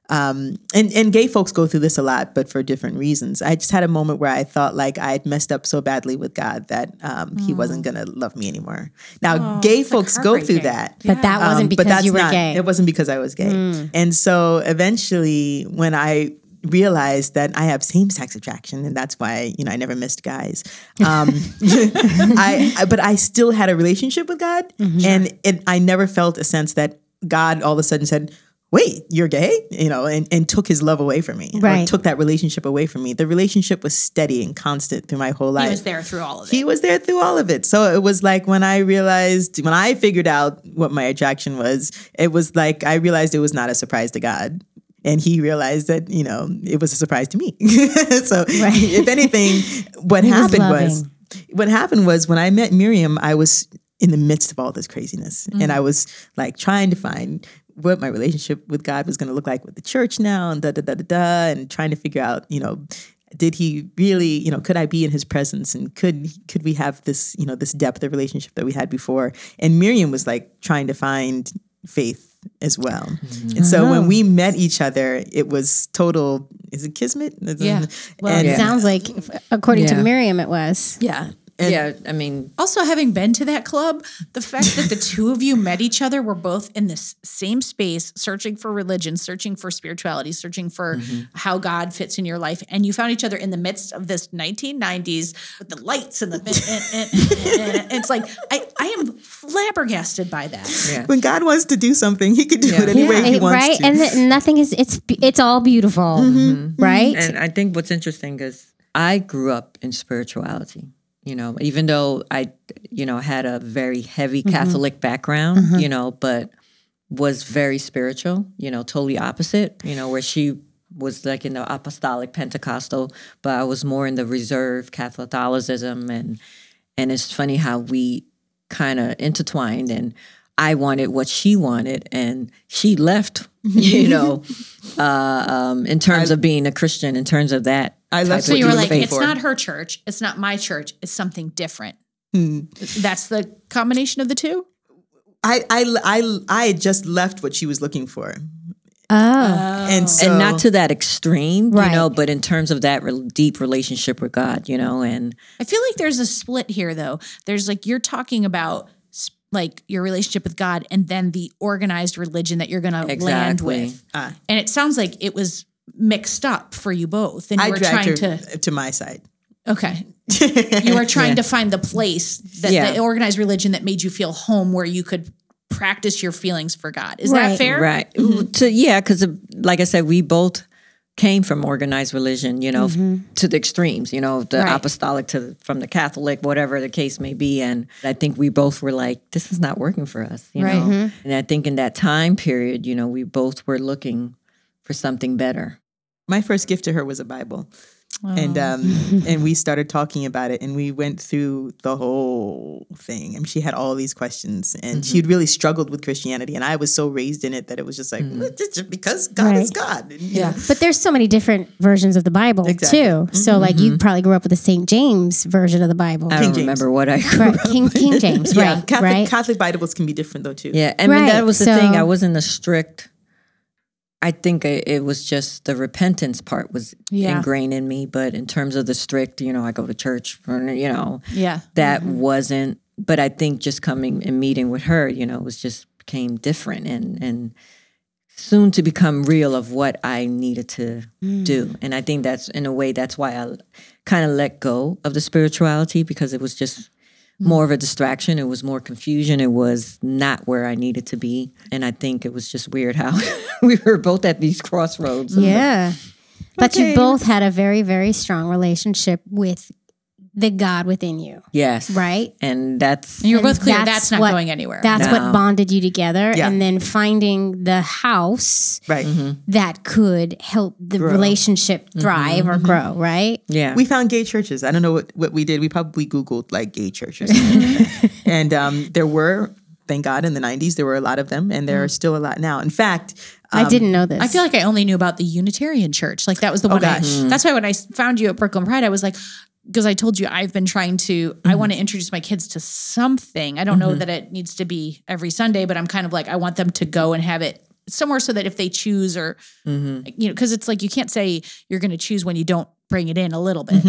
um, and and gay folks go through this a lot, but for different reasons. I just had a moment where I thought like I had messed up so badly with God that um, He wasn't
Mm.
gonna love me anymore.
Oh,
Now, gay folks go through
heartbreaking.
that.
But that wasn't
Um,
because you were Mm.
not,
gay.
It wasn't because I was gay. And so eventually, when I realized that I have same sex attraction, and that's why you know I never missed guys.
[LAUGHS]
Um, I, I- but I still had a relationship with God,
Mm-hmm.
and it, I never felt a sense that God all of a sudden said. Wait, you're gay, you know, and, and took his love away from me, or
Right.
took that relationship away from me. The relationship was steady and constant through my whole life.
He was there through all of it.
He was there through all of it. So it was like when I realized, when I figured out what my attraction was, it was like I realized it was not a surprise to God. And he realized that, you know, it was a surprise to me. [LAUGHS] so if anything, what
was
happened was,
loving.
what happened was when I met Miriam, I was in the midst of all this craziness.
Mm.
And I was like trying to find what my relationship with God was going to look like with the church now and da da da da da and trying to figure out, you know, did he really, you know, could I be in his presence and could could we have this, you know, this depth of relationship that we had before? And Miriam was like trying to find faith as well.
Mm-hmm.
And so when we met each other, it was total is it kismet?
Yeah. Well,
And-
It sounds like, according to
Yeah.
Miriam, it was.
yeah. And
yeah, I mean,
Also, having been to that club, the fact that the two of you met each other were both in this same space, searching for religion, searching for spirituality, searching for how God fits in your life, and you found each other in the midst of this 1990s with the lights and the. it's like I, I am flabbergasted by that.
yeah.
when God wants to do something, he could do
Yeah.
it any way he
It-
wants
right?
to.
And the, nothing is, it's be- it's all beautiful,
Mm-hmm.
Mm-hmm. right?
And I think what's interesting is I grew up in spirituality. You know, even though I, you know, had a very heavy Catholic background, you know, but was very spiritual. You know, totally opposite. You know, where she was like in the apostolic Pentecostal, but I was more in the reserve Catholicism, and and it's funny how we kind of intertwined and. I wanted what she wanted, and she left.
[LAUGHS]
You know, uh, um, in terms of being a Christian, in terms of that.
I
type
love-
of
So
So you were
deep
like,
faith.
it's not her church, it's not my church, it's something different. That's the combination of the two.
I, I, I, I had just left what she was looking for.
Oh,
And so,
and not to that extreme,
Right.
you know, but in terms of that re- deep relationship with God, you know, and
I feel like there's a split here, though. There's like you're talking about s- like your relationship with God, and then the organized religion that you're going to land
Exactly. Ah.
with. and it sounds like it was mixed up for you both, and you
I
were
dragged
trying
her
to
to my side. [LAUGHS]
okay. you
[LAUGHS]
were trying to find the place that
Yeah.
the organized religion that made you feel home, where you could practice your feelings for God. Is that
Right.
fair?
right, to, yeah, because like I said, we both came from organized religion, you know, f- to the extremes, you know, the
Mm-hmm. Right.
apostolic to from the Catholic, whatever the case may be, and I think we both were like, this is not working for us, you
Right. Mm-hmm.
know, and I think in that time period, you know, we both were looking for something better.
My first gift to her was a Bible. And
Oh.
um and we started talking about it and we went through the whole thing. And she had all these questions
Mm-hmm.
and she'd really struggled with Christianity and I was so raised in it that it was just like "Well, it's just because God is
Right.
God. And, you
Mm. Yeah.
know,
but there's so many different versions of the Bible
Exactly. Mm-hmm.
too. So like you probably grew up with the St. James version of the Bible,
I
King
don't
James.
remember what I
[LAUGHS]
grew
right? King King James,
yeah,
right?
Catholic
right?
Catholic Bibles can be different though too.
Yeah, I mean
Right,
that was the thing.
so-
I wasn't a strict. I think it, it was just the repentance part was
Yeah.
ingrained in me, but in terms of the strict, you know, I go to church, you know,
Yeah.
that wasn't. But I think just coming and meeting with her, you know, was just became different and and soon to become real of what I needed to
Hmm.
do. And I think that's in a way that's why I kind of let go of the spirituality because it was just
Hmm.
more of a distraction. It was more confusion. It was not where I needed to be. And I think it was just weird how [LAUGHS] we were both at these crossroads.
Yeah. But you both had a very, very strong relationship with the God within you,
Yes.
right?
And that's
And you were
And
both clear that's,
that's
not
what-
going anywhere.
That's
No.
what bonded you together.
Yeah.
And then finding the house
Right.
Mm-hmm.
that could help the relationship
Mm-hmm.
thrive or grow, right?
yeah.
[LAUGHS] We found gay churches. I don't know what, what we did. We probably Googled like gay
[LAUGHS]
churches. and um, there were, thank God, in the 90s, there were a lot of them, and there
Mm.
are still a lot now. In fact, Um,
I didn't know this.
I feel like I only knew about the Unitarian Church. Like that was the one. I-
gosh.
that's why when I s- found you at Brooklyn Pride, I was like, because I told you I've been trying to. I want to introduce my kids to something. I don't know that it needs to be every Sunday, but I'm kind of like I want them to go and have it somewhere so that if they choose or you know, because it's like you can't say you're going to choose when you don't bring it in a little bit.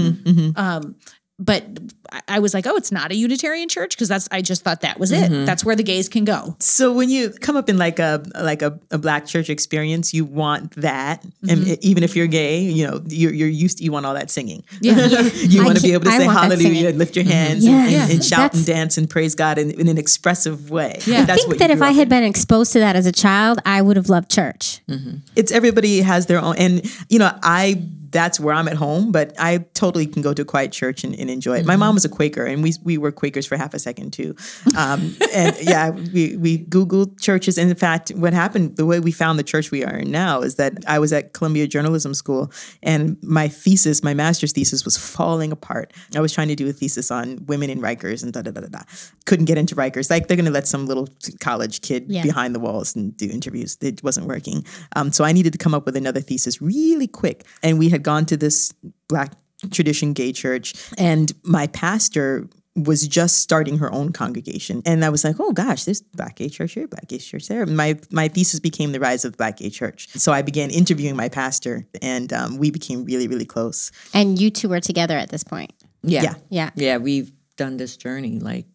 Um, but I- I was like, oh, it's not a Unitarian church because that's I just thought that was it. That's where the gays can go. [LAUGHS]
So when you come up in like a like a, a black church experience, you want that,
Mm-hmm.
and e, even if you're gay, you know you're, you're used to you want all that singing.
Yeah.
[LAUGHS] you
I
want to be
can't-
able to
I
say
want that singing. Mm-hmm.
hallelujah and lift your hands and,
Yes.
and- and shout
That's-
and dance and praise God in, in an expressive way.
Yeah. I
I think that
you
if
grew
I
up Mm.
had been exposed to that as a child, I would have loved church.
it's everybody has their own and you know i that's where i'm at home but i totally can go to a quiet church and, and enjoy it my mom was a quaker and we we were quakers for half a second too um, and [LAUGHS] yeah we, we googled churches and in fact what happened the way we found the church we are in now is that i was at columbia journalism school and my thesis my master's thesis was falling apart i was trying to do a thesis on women in rikers and da da da da da couldn't get into rikers like they're going to let some little college kid
Yeah.
behind behind the walls and do interviews. It wasn't working. Um, so I needed to come up with another thesis really quick. And we had gone to this black tradition gay church, and my pastor was just starting her own congregation. And I was like, oh gosh, there's black gay church here, black gay church there. My my thesis became the rise of the black gay church. So I began interviewing my pastor and um, we became really, really close.
And you two were together at this point.
Yeah. yeah.
Yeah.
Yeah.
we've done this journey like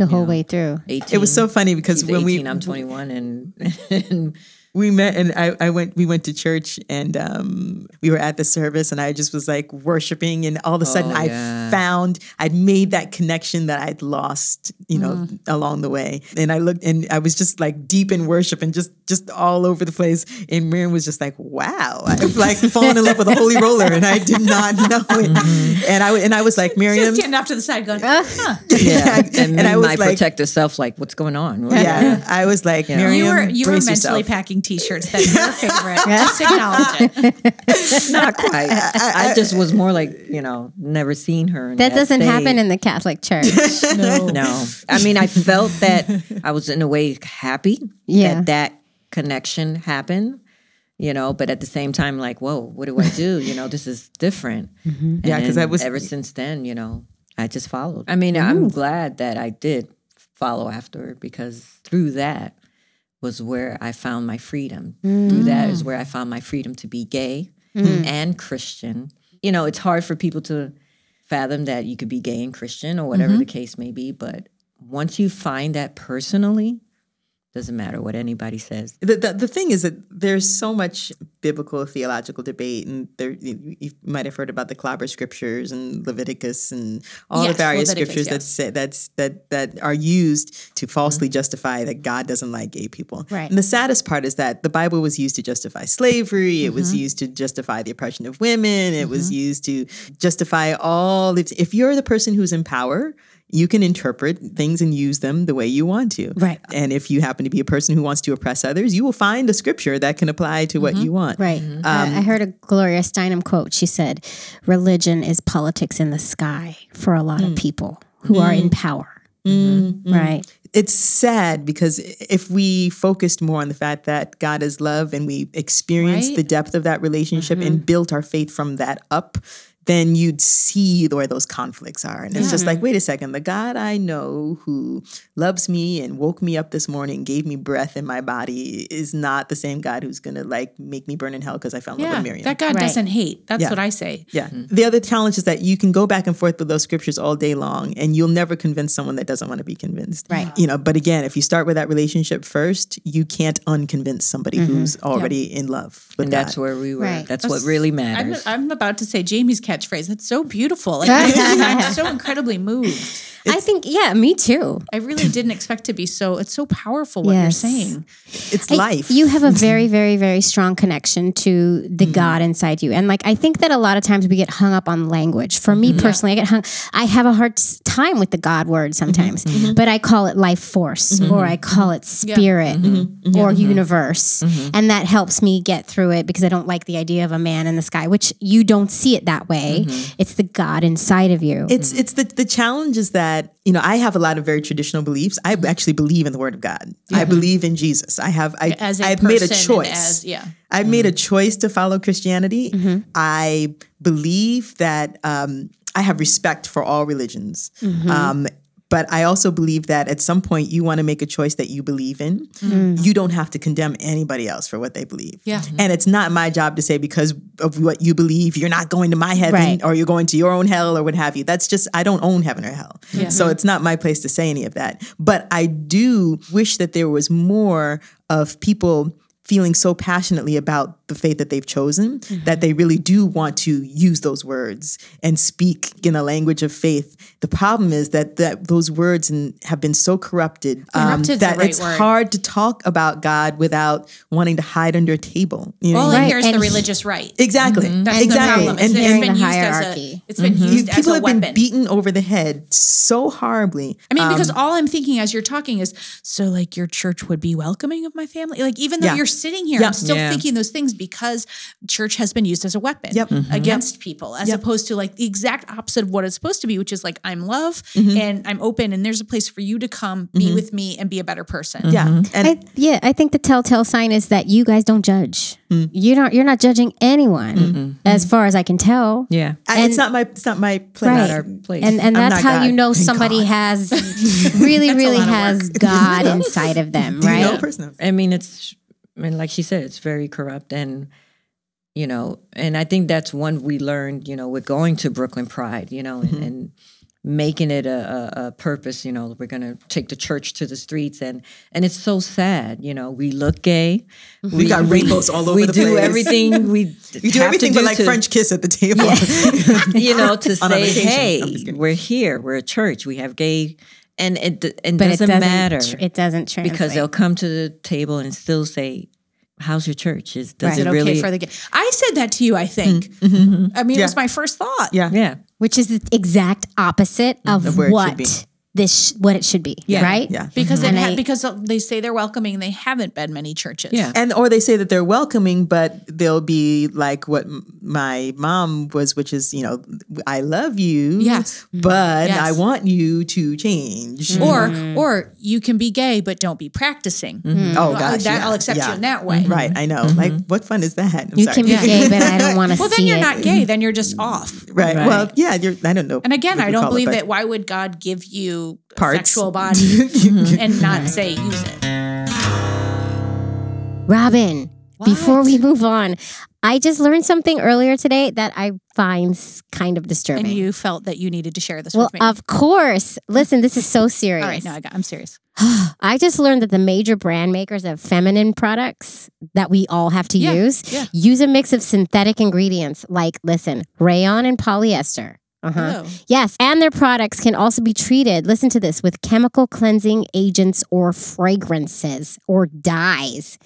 The whole way through.
18.
It was so funny because
He's 18,
when we
I'm 21
[LAUGHS]
and, and
we met and I, I went we went to church and um, we were at the service and I just was like worshiping and all of
Oh,
a sudden I found I'd made that connection that I'd lost you know
Mm-hmm.
along the way and I looked and I was just like deep in worship and just just all over the place and Miriam was just like wow I've
[LAUGHS]
like fallen in love with a holy roller and I did not know
Mm-hmm.
it and I and I was like Miriam
Just
[LAUGHS]
getting off to the side going, huh.
yeah. [LAUGHS] and, then
I was
my
like-
protective self like what's going on
yeah I was like Miriam
You were you were
brace
mentally
yourself.
packing t-shirts that were
[LAUGHS]
your favorite. Just acknowledge it.
not [LAUGHS] quite I, just was more like you know never seen her in
That doesn't
state.
happen in the Catholic Church.
no i mean i felt that i was in a way [LAUGHS] happy
Yeah.
that that connection happened you know but at the same time like whoa what do i [LAUGHS] do you know this is different And
Yeah, 'cause
then
I was-
ever since then you know i just followed Mm-hmm. i mean i'm glad that i did follow after because through that was where I found my freedom. Through that is where I found my freedom to be gay and Christian. You know, it's hard for people to fathom that you could be gay and Christian or whatever the case may be, but once you find that personally, doesn't matter what anybody says.
The, the, the thing is that there's so much biblical theological debate, and there you, you might have heard about the clobber scriptures and Leviticus and all
Yes,
the various
Leviticus,
scriptures that
yes. Mm-hmm.
say that's that that are used to falsely justify that God doesn't like gay people.
Right.
And the saddest part is that the Bible was used to justify slavery. It
Mm-hmm.
was used to justify the oppression of women. It was used to justify all. If, if you're the person who's in power. You can interpret things and use them the way you want to.
Right.
And if you happen to be a person who wants to oppress others, you will find a scripture that can apply to
Mm-hmm.
what you
[LAUGHS]
want.
Right. I, I
Um,
heard a Gloria Steinem quote. She said, Religion is politics in the sky for a lot
Mm.
of people who are in power.
Mm-hmm.
Right.
It's sad because if we focused more on the fact that God is love and we experienced
Right. Mm-hmm.
the depth of that relationship and built our faith from that up, then you'd see where those conflicts are. And it's just
Mm-hmm.
like, wait a second, the God I know who loves me and woke me up this morning, gave me breath in my body, is not the same God who's gonna like make me burn in hell because I fell in love with
Yeah,
Miriam.
that God
Right.
doesn't hate. That's
Yeah.
what I say.
Yeah.
Mm-hmm.
The other challenge is that you can go back and forth with those scriptures all day long and you'll never convince someone that doesn't want to be convinced.
Right.
You know, but again, if you start with that relationship first, you can't unconvince somebody who's already in love
Mm-hmm.
with
And
God.
that's where we were.
Right.
That's what really
I'm,
matters.
I'm about to say Jamie's catchphrase. That's so beautiful.
[LAUGHS]
Like, I'm I'm so incredibly moved.
I think, yeah, me too.
I really didn't expect to be so. It's so powerful what you're
Yes.
saying.
it's
I-
life.
You
[LAUGHS]
have a very, very, very strong connection to the
Mm-hmm.
God inside you. And like, I think that a lot of times we get hung up on language. For
Mm-hmm.
me personally, I get hung, I have a hard s- time with the God word
Mm-hmm.
sometimes, but I call it life force or I call it spirit
Mm-hmm.
or universe. And that helps me get through it because I don't like the idea of a man in the sky, which you don't see it that way.
Mm-hmm.
It's the God inside of you.
it's
Mm-hmm.
it's the the challenge is that you know I have a lot of very traditional beliefs. I actually believe in the Word of God. I believe in Jesus. I have I
As a
I've
person,
made a
and
choice.
As, yeah. Mm-hmm.
I made a choice to follow Christianity. I
Mm-hmm.
believe that um, I have respect for all religions. Um, But I also believe that at some point you want to make a choice that you believe in. You don't have to condemn anybody else for what they believe.
Mm-hmm. Yeah.
And it's not my job to say because of what you believe, you're not going to my heaven
Right.
or you're going to your own hell or what have you. That's just, I don't own heaven or hell.
Yeah.
So it's not my place to say any of that. But I do wish that there was more of people feeling so passionately about the faith that they've chosen
Mm-hmm.
that they really do want to use those words and speak in a language of faith. The problem is that, that those words and have been so corrupted um,
Corrupted's the
that
right
it's
word.
hard to talk about God without wanting to hide under a table. You know?
All I
Right,
hear is
and
the
he-
religious right.
Exactly.
mm-hmm. That's the
exactly.
problem.
And,
It's
Hearing
and
the
been used as a.
hierarchy.
It's been used as
Mm-hmm. people
a
have
weapon.
been beaten over the head so horribly.
I mean,
Um,
because all I'm thinking as you're talking is, so like your church would be welcoming of my family. Like even though
Yeah.
you're sitting here,
Yeah.
I'm still
Yeah.
thinking those things because church has been used as a weapon
Yep.
Mm-hmm.
Mhm.
against people, as opposed to like the exact opposite of what it's supposed to be, which is like I'm love
Mm-hmm.
and I'm open, and there's a place for you to come be with me and be a better person.
Yeah. And
I, yeah, I think the telltale sign is that you guys don't judge.
Mm.
You're not you're not judging anyone, as far as I can tell.
Yeah.
I- it's not my it's not my place.
Right.
our place.
And and
I'm
that's
not
how
God.
you know
Thank
somebody
God. [LAUGHS]
has [LAUGHS] really, really has God inside of them,
Do you
right?
know a person?
I mean, it's, I mean, like she said, it's very corrupt. And, you know, and I think that's one we learned, you know, with going to Brooklyn Pride, you know, and,
Mm-hmm.
and making it a, a, a purpose, you know, we're going to take the church to the streets. And, and it's so sad, you know, we look gay.
We got rainbows all over
we
the
do
place.
everything
[LAUGHS]
we
You do
have
everything
to
but
do
like
to- [LAUGHS]
French kiss at the table.
you know, to
On a
say,
vacation. I'm just
hey,
kidding.
we're here, we're a church, we have gay, and it,
But
it doesn't,
it doesn't
matter
tr- it doesn't translate
because they'll come to the table and still say, "How's your church? Is does
Right.
it
Okay,
really?"
for the gay. I said that to you. I think. I mean, it was my first thought.
Mm-hmm. Yeah.
yeah,
which is the exact opposite of,
Mm, Of where it should
what
be.
this sh- what it should be, right?
Yeah.
Because
Mm-hmm.
it
And
had,
I-
because uh, they say they're welcoming, and they haven't been many churches.
Yeah.
[LAUGHS] And or they say that they're welcoming, but they'll be like what m- my mom was, which is you know, I love you,
Yes.
but
Yes.
I want you to change.
or or you can be gay but don't be practicing.
oh gosh,
that,
yeah,
I'll accept
yeah.
you in that way.
Right, I know. Like, what fun is that? I'm
Mm-hmm. You
sorry.
can be gay, but
[LAUGHS]
I don't want to
Well, then
see
you're
it.
not gay. Then you're just off.
Right. Well, yeah. You're, I don't know.
And again,
what
I
you
don't
call it,
believe
but-
that. Why would God give you a
Parts.
[LAUGHS]
sexual body and not say use it?
Robin, before
What?
we move on, I just learned something earlier today that I find s- kind of disturbing.
And you felt that you needed to share this
well,
with me.
of course. Listen, this is so serious.
All
[GASPS]
right, no, I got, I'm serious.
I just learned that the major brand makers of feminine products that we all have to
Yeah,
use
yeah.
use a mix of synthetic ingredients like, listen, rayon and polyester. Uh huh.
Oh.
Yes, and their products can also be treated, listen to this, with chemical cleansing agents or fragrances or dyes.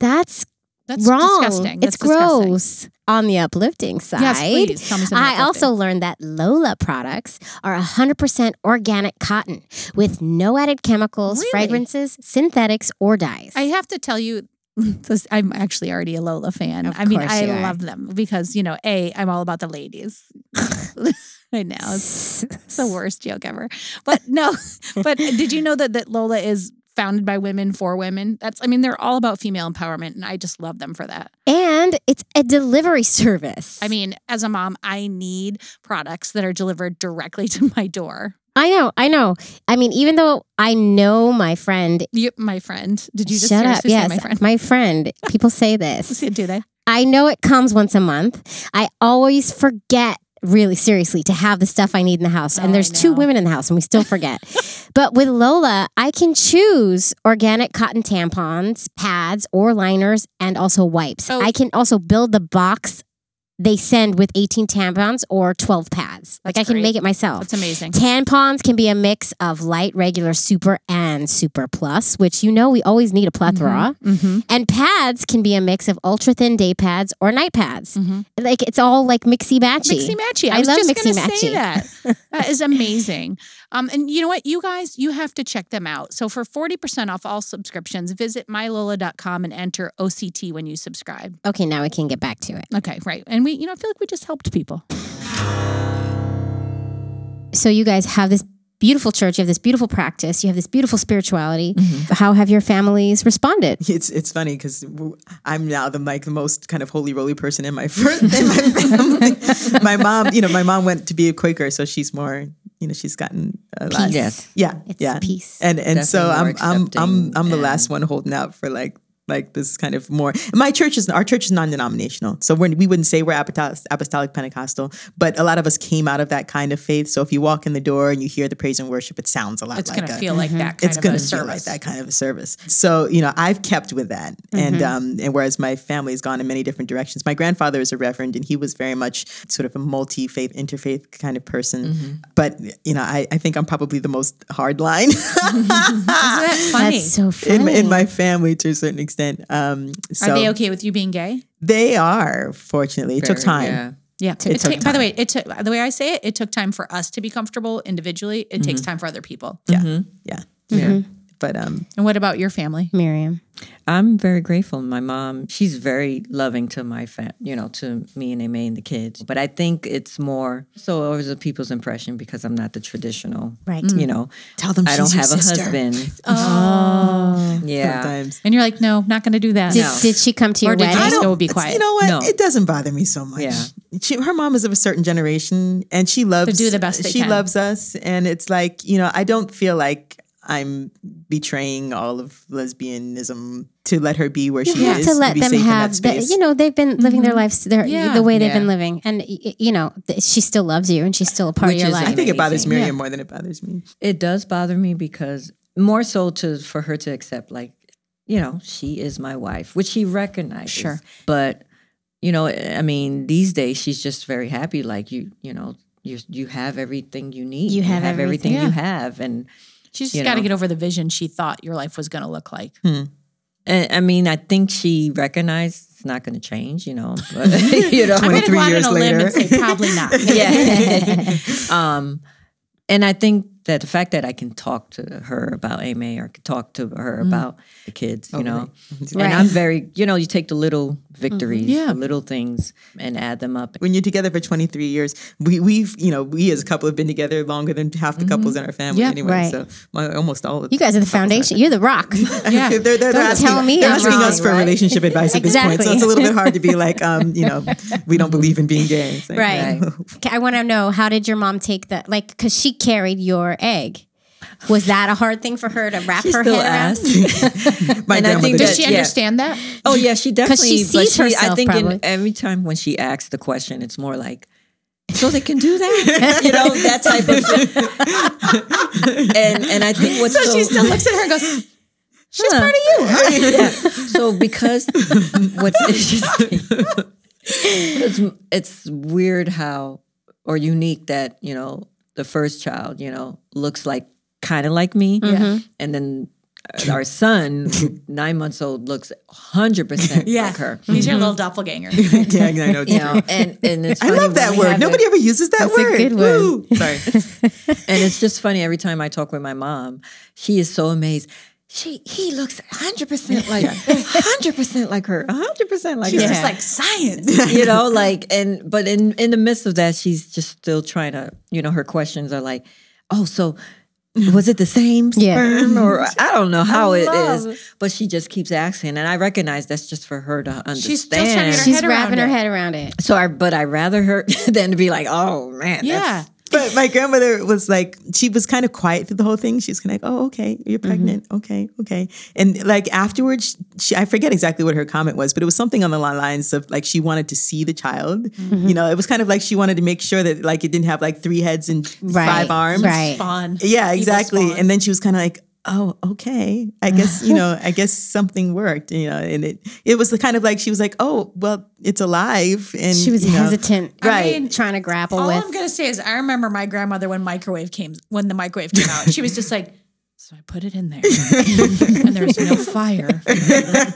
That's,
That's
wrong.
disgusting.
It's
That's disgusting.
gross. On the uplifting side,
Yes, please tell me something.
I also
uplifting.
learned that Lola products are 100% organic cotton with no added chemicals,
Really?
fragrances, synthetics, or dyes.
I have to tell you, [LAUGHS] this, I'm actually already a Lola fan.
Of
I mean,
course
I
you are.
love them because you know, a I'm all about the ladies. [LAUGHS] I know it's
[LAUGHS]
the worst joke ever, but no. [LAUGHS] But did you know that that Lola is founded by women for women? That's I mean, they're all about female empowerment, and I just love them for that.
and it's a delivery service.
I mean, as a mom, I need products that are delivered directly to my door.
I know, I know. I mean, even though I know my friend,
You, my friend, did you just
shut up.
seriously say
Yes,
my friend?
friend, people say this.
[LAUGHS] Do they?
I know it comes once a month. I always forget really seriously to have the stuff I need in the house.
Oh, I
and there's two
know.
women in the house and we still
[LAUGHS]
forget. but with Lola, I can choose organic cotton tampons, pads, or liners and also wipes.
Oh.
I can also build the box they send with 18 tampons or 12 pads. like I
That's
can
great.
make it myself.
That's amazing.
Tampons can be a mix of light, regular, super, and super plus, which you know we always need a plethora.
Mm-hmm.
And pads can be a mix of ultra thin day pads or night pads.
Mm-hmm.
Like it's all like mixy matchy.
Mixy matchy. I,
I
was
love
just
mixy
gonna Say
matchy.
that. that is amazing. Um, and you know what, you guys, you have to check them out. So for forty percent off all subscriptions, visit mylola.com and enter OCT when you subscribe.
Okay, now we can get back to it.
Okay, right. And we, you know, I feel like we just helped people.
So you guys have this beautiful church, you have this beautiful practice, you have this beautiful spirituality. How have your families responded?
It's it's funny because I'm now the like the most kind of holy roly person [LAUGHS] in my fir- in my family. my mom, you know, my mom went to be a Quaker, so she's more you know she's gotten a lot.
Yes.
Yeah,
It's
yeah.
peace.
And and so
Definitely
I'm
more
I'm I'm
accepting
I'm the
and-
last one holding out for like like this kind of more. My church is our church is non-denominational, so we're, we wouldn't say we're apostolic, apostolic Pentecostal, but a lot of us came out of that kind of faith. So if you walk in the door and you hear the praise and worship, it sounds a lot.
It's
like
gonna
a-
feel like that kind
it's
of
going
a
to feel like
service.
that kind of a service. So you know, I've kept with that, and
Mm-hmm.
um, and whereas my family has gone in many different directions. My grandfather is a reverend, and he was very much sort of a multi faith, interfaith kind of person.
Mm-hmm.
But you know, I, I think I'm probably the most hardline
Isn't that funny?
That's so funny.
[LAUGHS] in, in my family to a certain extent. Um, so
Are they okay with you being gay?
They are. Fortunately, it took time.
Yeah.
Yeah. It
took
took- by the way, it took the way I say it, it took time for us to be comfortable individually. It takes time for other people.
Yeah, yeah,
Yeah.
But um,
And what about your family?
Miriam.
I'm very grateful. My mom, she's very loving to my fam, you know, to me and Amy and the kids. But I think it's more so it was the people's impression because I'm not the traditional,
Right.
You know,
tell them
I don't
she's your
have a
sister.
husband.
Oh.
Yeah,
Sometimes.
And you're like, no, not going to do that.
Did,
No.
did she come to your
Or did you
wedding?
just go
don't-
be
it's-
quiet?
You know what?
No.
It doesn't bother me so much.
Yeah.
She, her mom is of a certain generation and she loves
do the best they
she
can.
loves us and it's like, you know, I don't feel like I'm betraying all of lesbianism to let her be where she
you have
is
to
and
let
be
them
safe in that
have the,
space.
you know they've been living their lives their,
Yeah.
the way they've been
Yeah.
living and y- y- you know th- she still loves you and she's still a part
Which
of your
is
life
I think it bothers
Amazing.
Miriam more than it bothers me.
it does bother me because more so to for her to accept, like, you know, she is my wife, which she recognizes.
Sure.
but you know, I mean, these days she's just very happy. Like you, you know, you you have everything you need.
You have
everything,
everything.
you have, and
She's
You
just got to
know.
get over the vision she thought your life was going to look like.
And, I mean, I think she recognized it's not going to change, you know. But, [LAUGHS] you know,
I'm going to
23
go out on
years
a limb and
later.
say probably
[LAUGHS]
not.
yeah. um, and I think that the fact that I can talk to her about Amy or could talk to her about the kids, you know,
Right.
and I'm very, you know, you take the little victories,
Yeah.
the little things, and add them up.
When you're together for 23 years, we, we've, you know, we as a couple have been together longer than half the couples in our family
Mm-hmm. Yeah.
anyway.
Right.
So my, almost all of
you guys are the foundation you're the rock [LAUGHS]
Yeah.
[LAUGHS] They're, they're, they're
Don't
asking,
tell me
they're
I'm
asking us
wrong,
for
right?
relationship advice at this point. So
Exactly.
it's a little
[LAUGHS]
bit hard to be like, um, you know, we don't believe in being gay. It's like,
right [LAUGHS] Okay, I want to know how did your mom take that like because she carried your egg was that a hard thing for her to wrap her
Still
head around
ask.
My
And I
grandmother
think
did.
Does she
Yeah.
understand that?
[LAUGHS] Oh yeah, she definitely.
she
but
sees herself,
I think
probably.
in, every time when she asks the question, it's more like, "So they can do that," [LAUGHS] you know, that type of. [LAUGHS] and and I think what's so,
She still looks at her and goes, "Mm,
she's part of you. yeah. So because what's interesting, it's, it's weird how or unique that you know the first child you know looks like kind of like me, and then. Our son, who nine months old, looks hundred percent like her.
He's your little
[LAUGHS]
doppelganger.
yeah, yeah, I know.
you know, and and it's
[LAUGHS] I
funny
love
when
that
we
word.
have
Nobody
it-
ever uses that
a
word.
good word.
Woo. [LAUGHS] Sorry.
and it's just funny every time I talk with my mom, she is so amazed. She he looks hundred percent like hundred percent like her, hundred percent like
She's
her.
just like [LAUGHS] science.
you know, like and but in in the midst of that, she's just still trying to. You know, her questions are like, oh, so. Was it the
[LAUGHS]
same
Yeah.
sperm, or I don't know how it is, but she just keeps asking, and I recognize that's just for her to understand.
She's still trying to get her
she's
head around
wrapping her
it.
head around it
so, I, but I rather her [LAUGHS] than to be like, oh man, that's-
Yeah.
But my grandmother was like, she was kind of quiet through the whole thing. She was kind of like, oh, okay, you're
Mm-hmm.
pregnant. Okay, okay. And like afterwards, she, I forget exactly what her comment was, but it was something on the li- lines of like she wanted to see the child.
Mm-hmm.
You know, it was kind of like she wanted to make sure that like it didn't have like three heads and
Right,
five arms.
right
Fun.
Yeah, exactly.
spawn.
And then she was kind of like, "Oh, okay. I guess you know. I guess something worked. You know." And it it was the kind of like she was like, "Oh, well, it's alive." And
she was
you know,
hesitant
Right.
trying to grapple
All
with
I'm gonna say is I remember my grandmother when microwave came when the microwave came out. She was just like, so I put it in
[LAUGHS]
there, and there's no fire,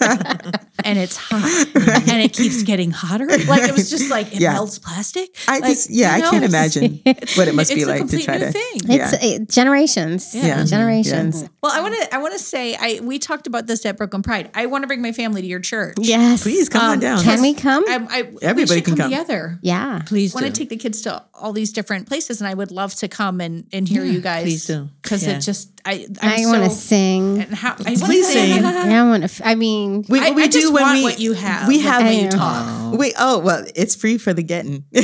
and it's hot, and it keeps getting hotter. Like it was just like it
Yeah.
melts plastic.
I
Like,
just yeah,
you know,
I can't imagine what it
[LAUGHS]
must
It's
be
a
like to
complete
try
new
to.
thing.
it's
yeah.
it- generations
Yeah. Mm-hmm.
generations
Well, I want to I want to say I we talked about this at Brooklyn Pride. I want to bring my family to your church.
yes
Please come on
Um,
down.
can we come
I, I, we
Everybody
should
can come.
together.
yeah
please
want to
do.
take the kids to all these different places, and I would love to come and and hear you guys.
please do.
because
Yeah.
it just I
I
I'm
want to
so-
[LAUGHS]
sing.
And how, I
Please sing.
I want to. F- I
[LAUGHS]
mean,
We,
I-
we
I
do
just
when
want
we
what you have
We
when-
have
I
when you
know.
talk. We oh well, it's free for the getting. [LAUGHS] we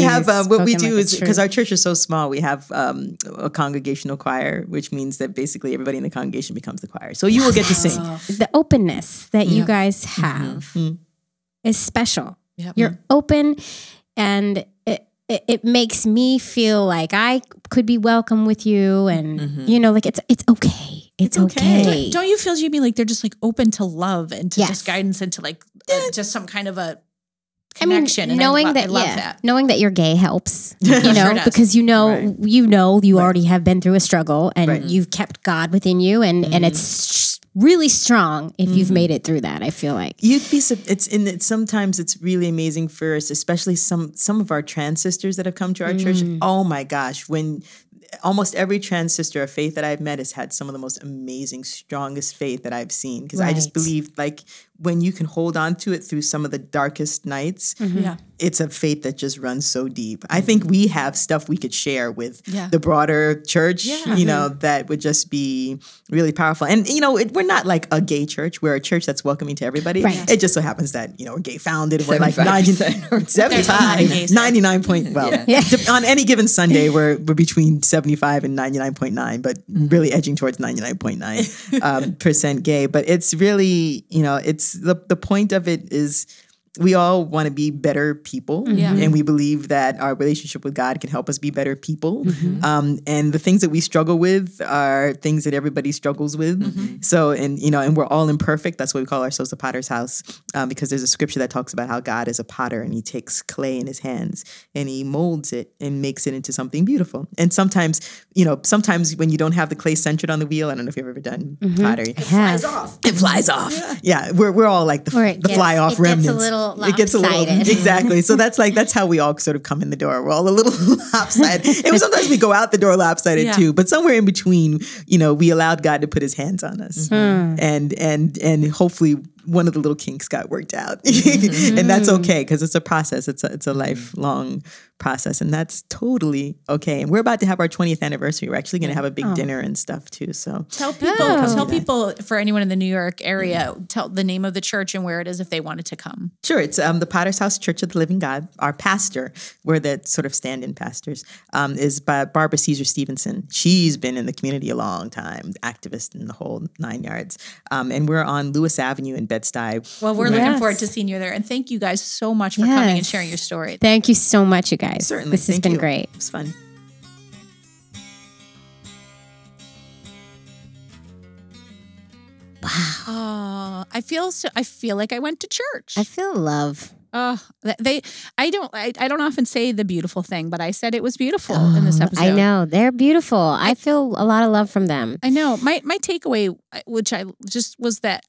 have um, what we do is because our church is so small, we have um, a congregational choir, which means that basically everybody in the congregation becomes the choir. So you will get to sing. Mm-hmm.
the openness that you guys have is special.
Yep.
You're open, and it, it it makes me feel like I could be welcome with you, and you know, like it's it's okay. It's, okay.
okay.
Don't, don't you feel, Jamie, like they're just like open to love and to
Yes.
just guidance and to like uh, just some kind of a
I mean,
connection? and
knowing
I love,
that,
I love
yeah,
that.
knowing that you're gay helps, you
Sure
know,
does.
because you know,
Right.
you know, you already have been through a struggle, and
Right.
you've kept God within you, and and it's s- really strong if you've made it through that. I feel like
You'd be sup- it's in it sometimes it's really amazing for us, especially some some of our trans sisters that have come to our church. Oh my gosh, when almost every trans sister of faith that I've met has had some of the most amazing, strongest faith that I've seen. Because I just
Right.
believe like when you can hold on to it through some of the darkest nights,
Yeah.
it's a faith that just runs so deep. I think we have stuff we could share with
Mm-hmm. Yeah. Mm-hmm.
the broader church, you know, that would just be really powerful. And you know, it, we're not like a gay church; we're a church that's welcoming to everybody.
Right.
It just so happens that you know, we're gay founded. We're like
75%.
90
gays
75,
there.
99 point. Well,
Yeah.
dep- on any given Sunday, we're we're between seventy five and ninety nine point nine, but really edging towards ninety nine point nine um, percent gay. But it's really, you know, it's the the point of it is we all want to be better people
Yeah.
and we believe that our relationship with god can help us be better people um, and the things that we struggle with are things that everybody struggles with so and you know and we're all imperfect that's why we call ourselves the potter's house um, because there's a scripture that talks about how god is a potter and he takes clay in his hands and he molds it and makes it into something beautiful and sometimes you know sometimes when you don't have the clay centered on the wheel i don't know if you've ever done pottery
Have-
it flies off. [LAUGHS] Yeah, we're, we're all like the,
Or it
the
gets-
fly
it
off
gets a
remnants.
little lopsided.
exactly. So that's like
[LAUGHS]
that's how we all sort of come in the door. We're all a little [LAUGHS] lopsided. It was sometimes we go out the door lopsided
Yeah.
too, but somewhere in between, you know, we allowed God to put His hands on us,
Mm-hmm.
Mm-hmm. and and and hopefully one of the little kinks got worked out, [LAUGHS] and that's
Mm-hmm.
okay because it's a process. It's a it's a lifelong process, and that's totally okay. And we're about to have our twentieth anniversary. We're actually going to have a big
Oh.
dinner and stuff too. So
Tell people, tell people for anyone in the New York area, tell the name of the church and where it is if they wanted to come.
Sure, it's um, the Potter's House Church of the Living God. Our pastor, we're the sort of stand-in pastors, um, is by Barbara Caesar Stevenson. She's been in the community a long time, activist in the whole nine yards. Um, and we're on Lewis Avenue in Bed-Stuy.
Well, we're looking
Yes.
forward to seeing you there. And thank you guys so much for coming and
Yes.
sharing your story.
Thank you so much, you guys.
Certainly,
this has
thank
been
you.
great.
It was fun.
Oh, I feel so, I feel like I went to church.
I feel love.
Oh, th- they, I don't, I, I don't often say the beautiful thing, but I said it was beautiful in this
Oh,
episode.
I know they're beautiful. I feel a lot of love from them.
I know. My my takeaway, uh, which I just was that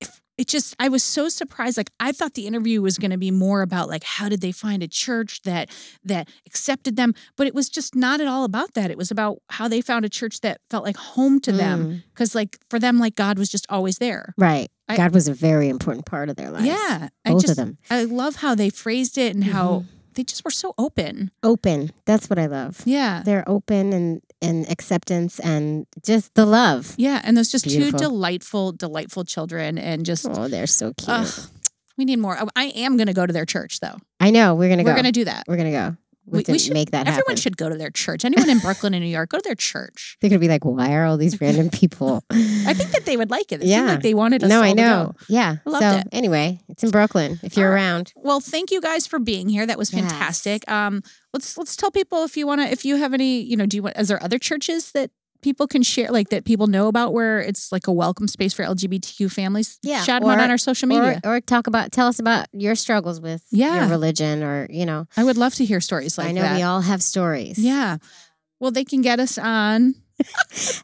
if- it just I was so surprised. Like I thought the interview was going to be more about like how did they find a church that that accepted them, but it was just not at all about that. It was about how they found a church that felt like home to them
Mm,
because like for them like God was just always there.
right?
I-
God was a very important part of their lives.
Yeah, I
both
just
of them
I love how they phrased it and how they just were so open.
open. That's what I love.
Yeah.
They're open and and acceptance and just the love.
Yeah, and those just
Beautiful.
two delightful, delightful children, and just
Oh, they're so cute.
ugh, we need more. I- I am going to go to their church though.
I know we're gonna
We're
go.
going to do that.
we're gonna go. We,
We-
have to
we should-
make that
Everyone
happen.
should go to their church. Anyone in Brooklyn and New York, go to their church.
They're gonna be like, why are all these
[LAUGHS]
random people?
I think that they would like it. It
Yeah.
seemed like
[LAUGHS]
they wanted us
no,
all
I
to
know.
go.
Yeah.
I loved
so
it. Ah,
anyway, it's in Brooklyn. If you're
All right.
around,
Well, thank you guys for being here. That was
Yes.
fantastic. Um, let's let's tell people if you want to, if you have any, you know, do you want? Is there other churches that people can share, like that people know about, where it's like a welcome space for LGBTQ families?
Yeah,
shout 'em out
or-
on our social media.
or or talk about tell us about your struggles with
Yeah.
your religion or you know.
I would love to hear stories like
I know
that.
we all have stories.
yeah. Well, they can get us on.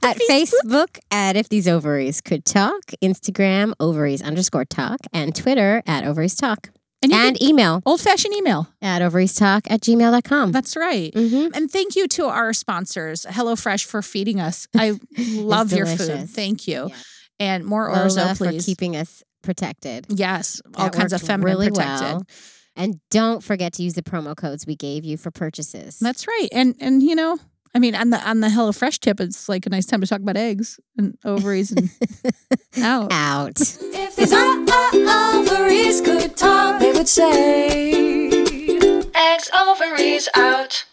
at Facebook at If These Ovaries Could Talk, Instagram ovaries underscore talk, and Twitter at ovaries talk,
And, you
and email
old fashioned email.
at ovaries talk at gmail.com.
That's right.
Mm-hmm.
And thank you to our sponsors, HelloFresh, for feeding us.
[LAUGHS]
I love your food.
delicious.
Thank you.
Yeah.
And more
Lola
orzo,
for
please.
keeping us protected.
yes, all
That
kinds of
worked
feminine
really
protected.
well. And don't forget to use the promo codes we gave you for purchases.
That's right. And and you know, I I mean, on the on the HelloFresh tip, it's like a nice time to talk about eggs and ovaries and out.
Out.
If these ovaries could talk, they would say, Eggs, ovaries out.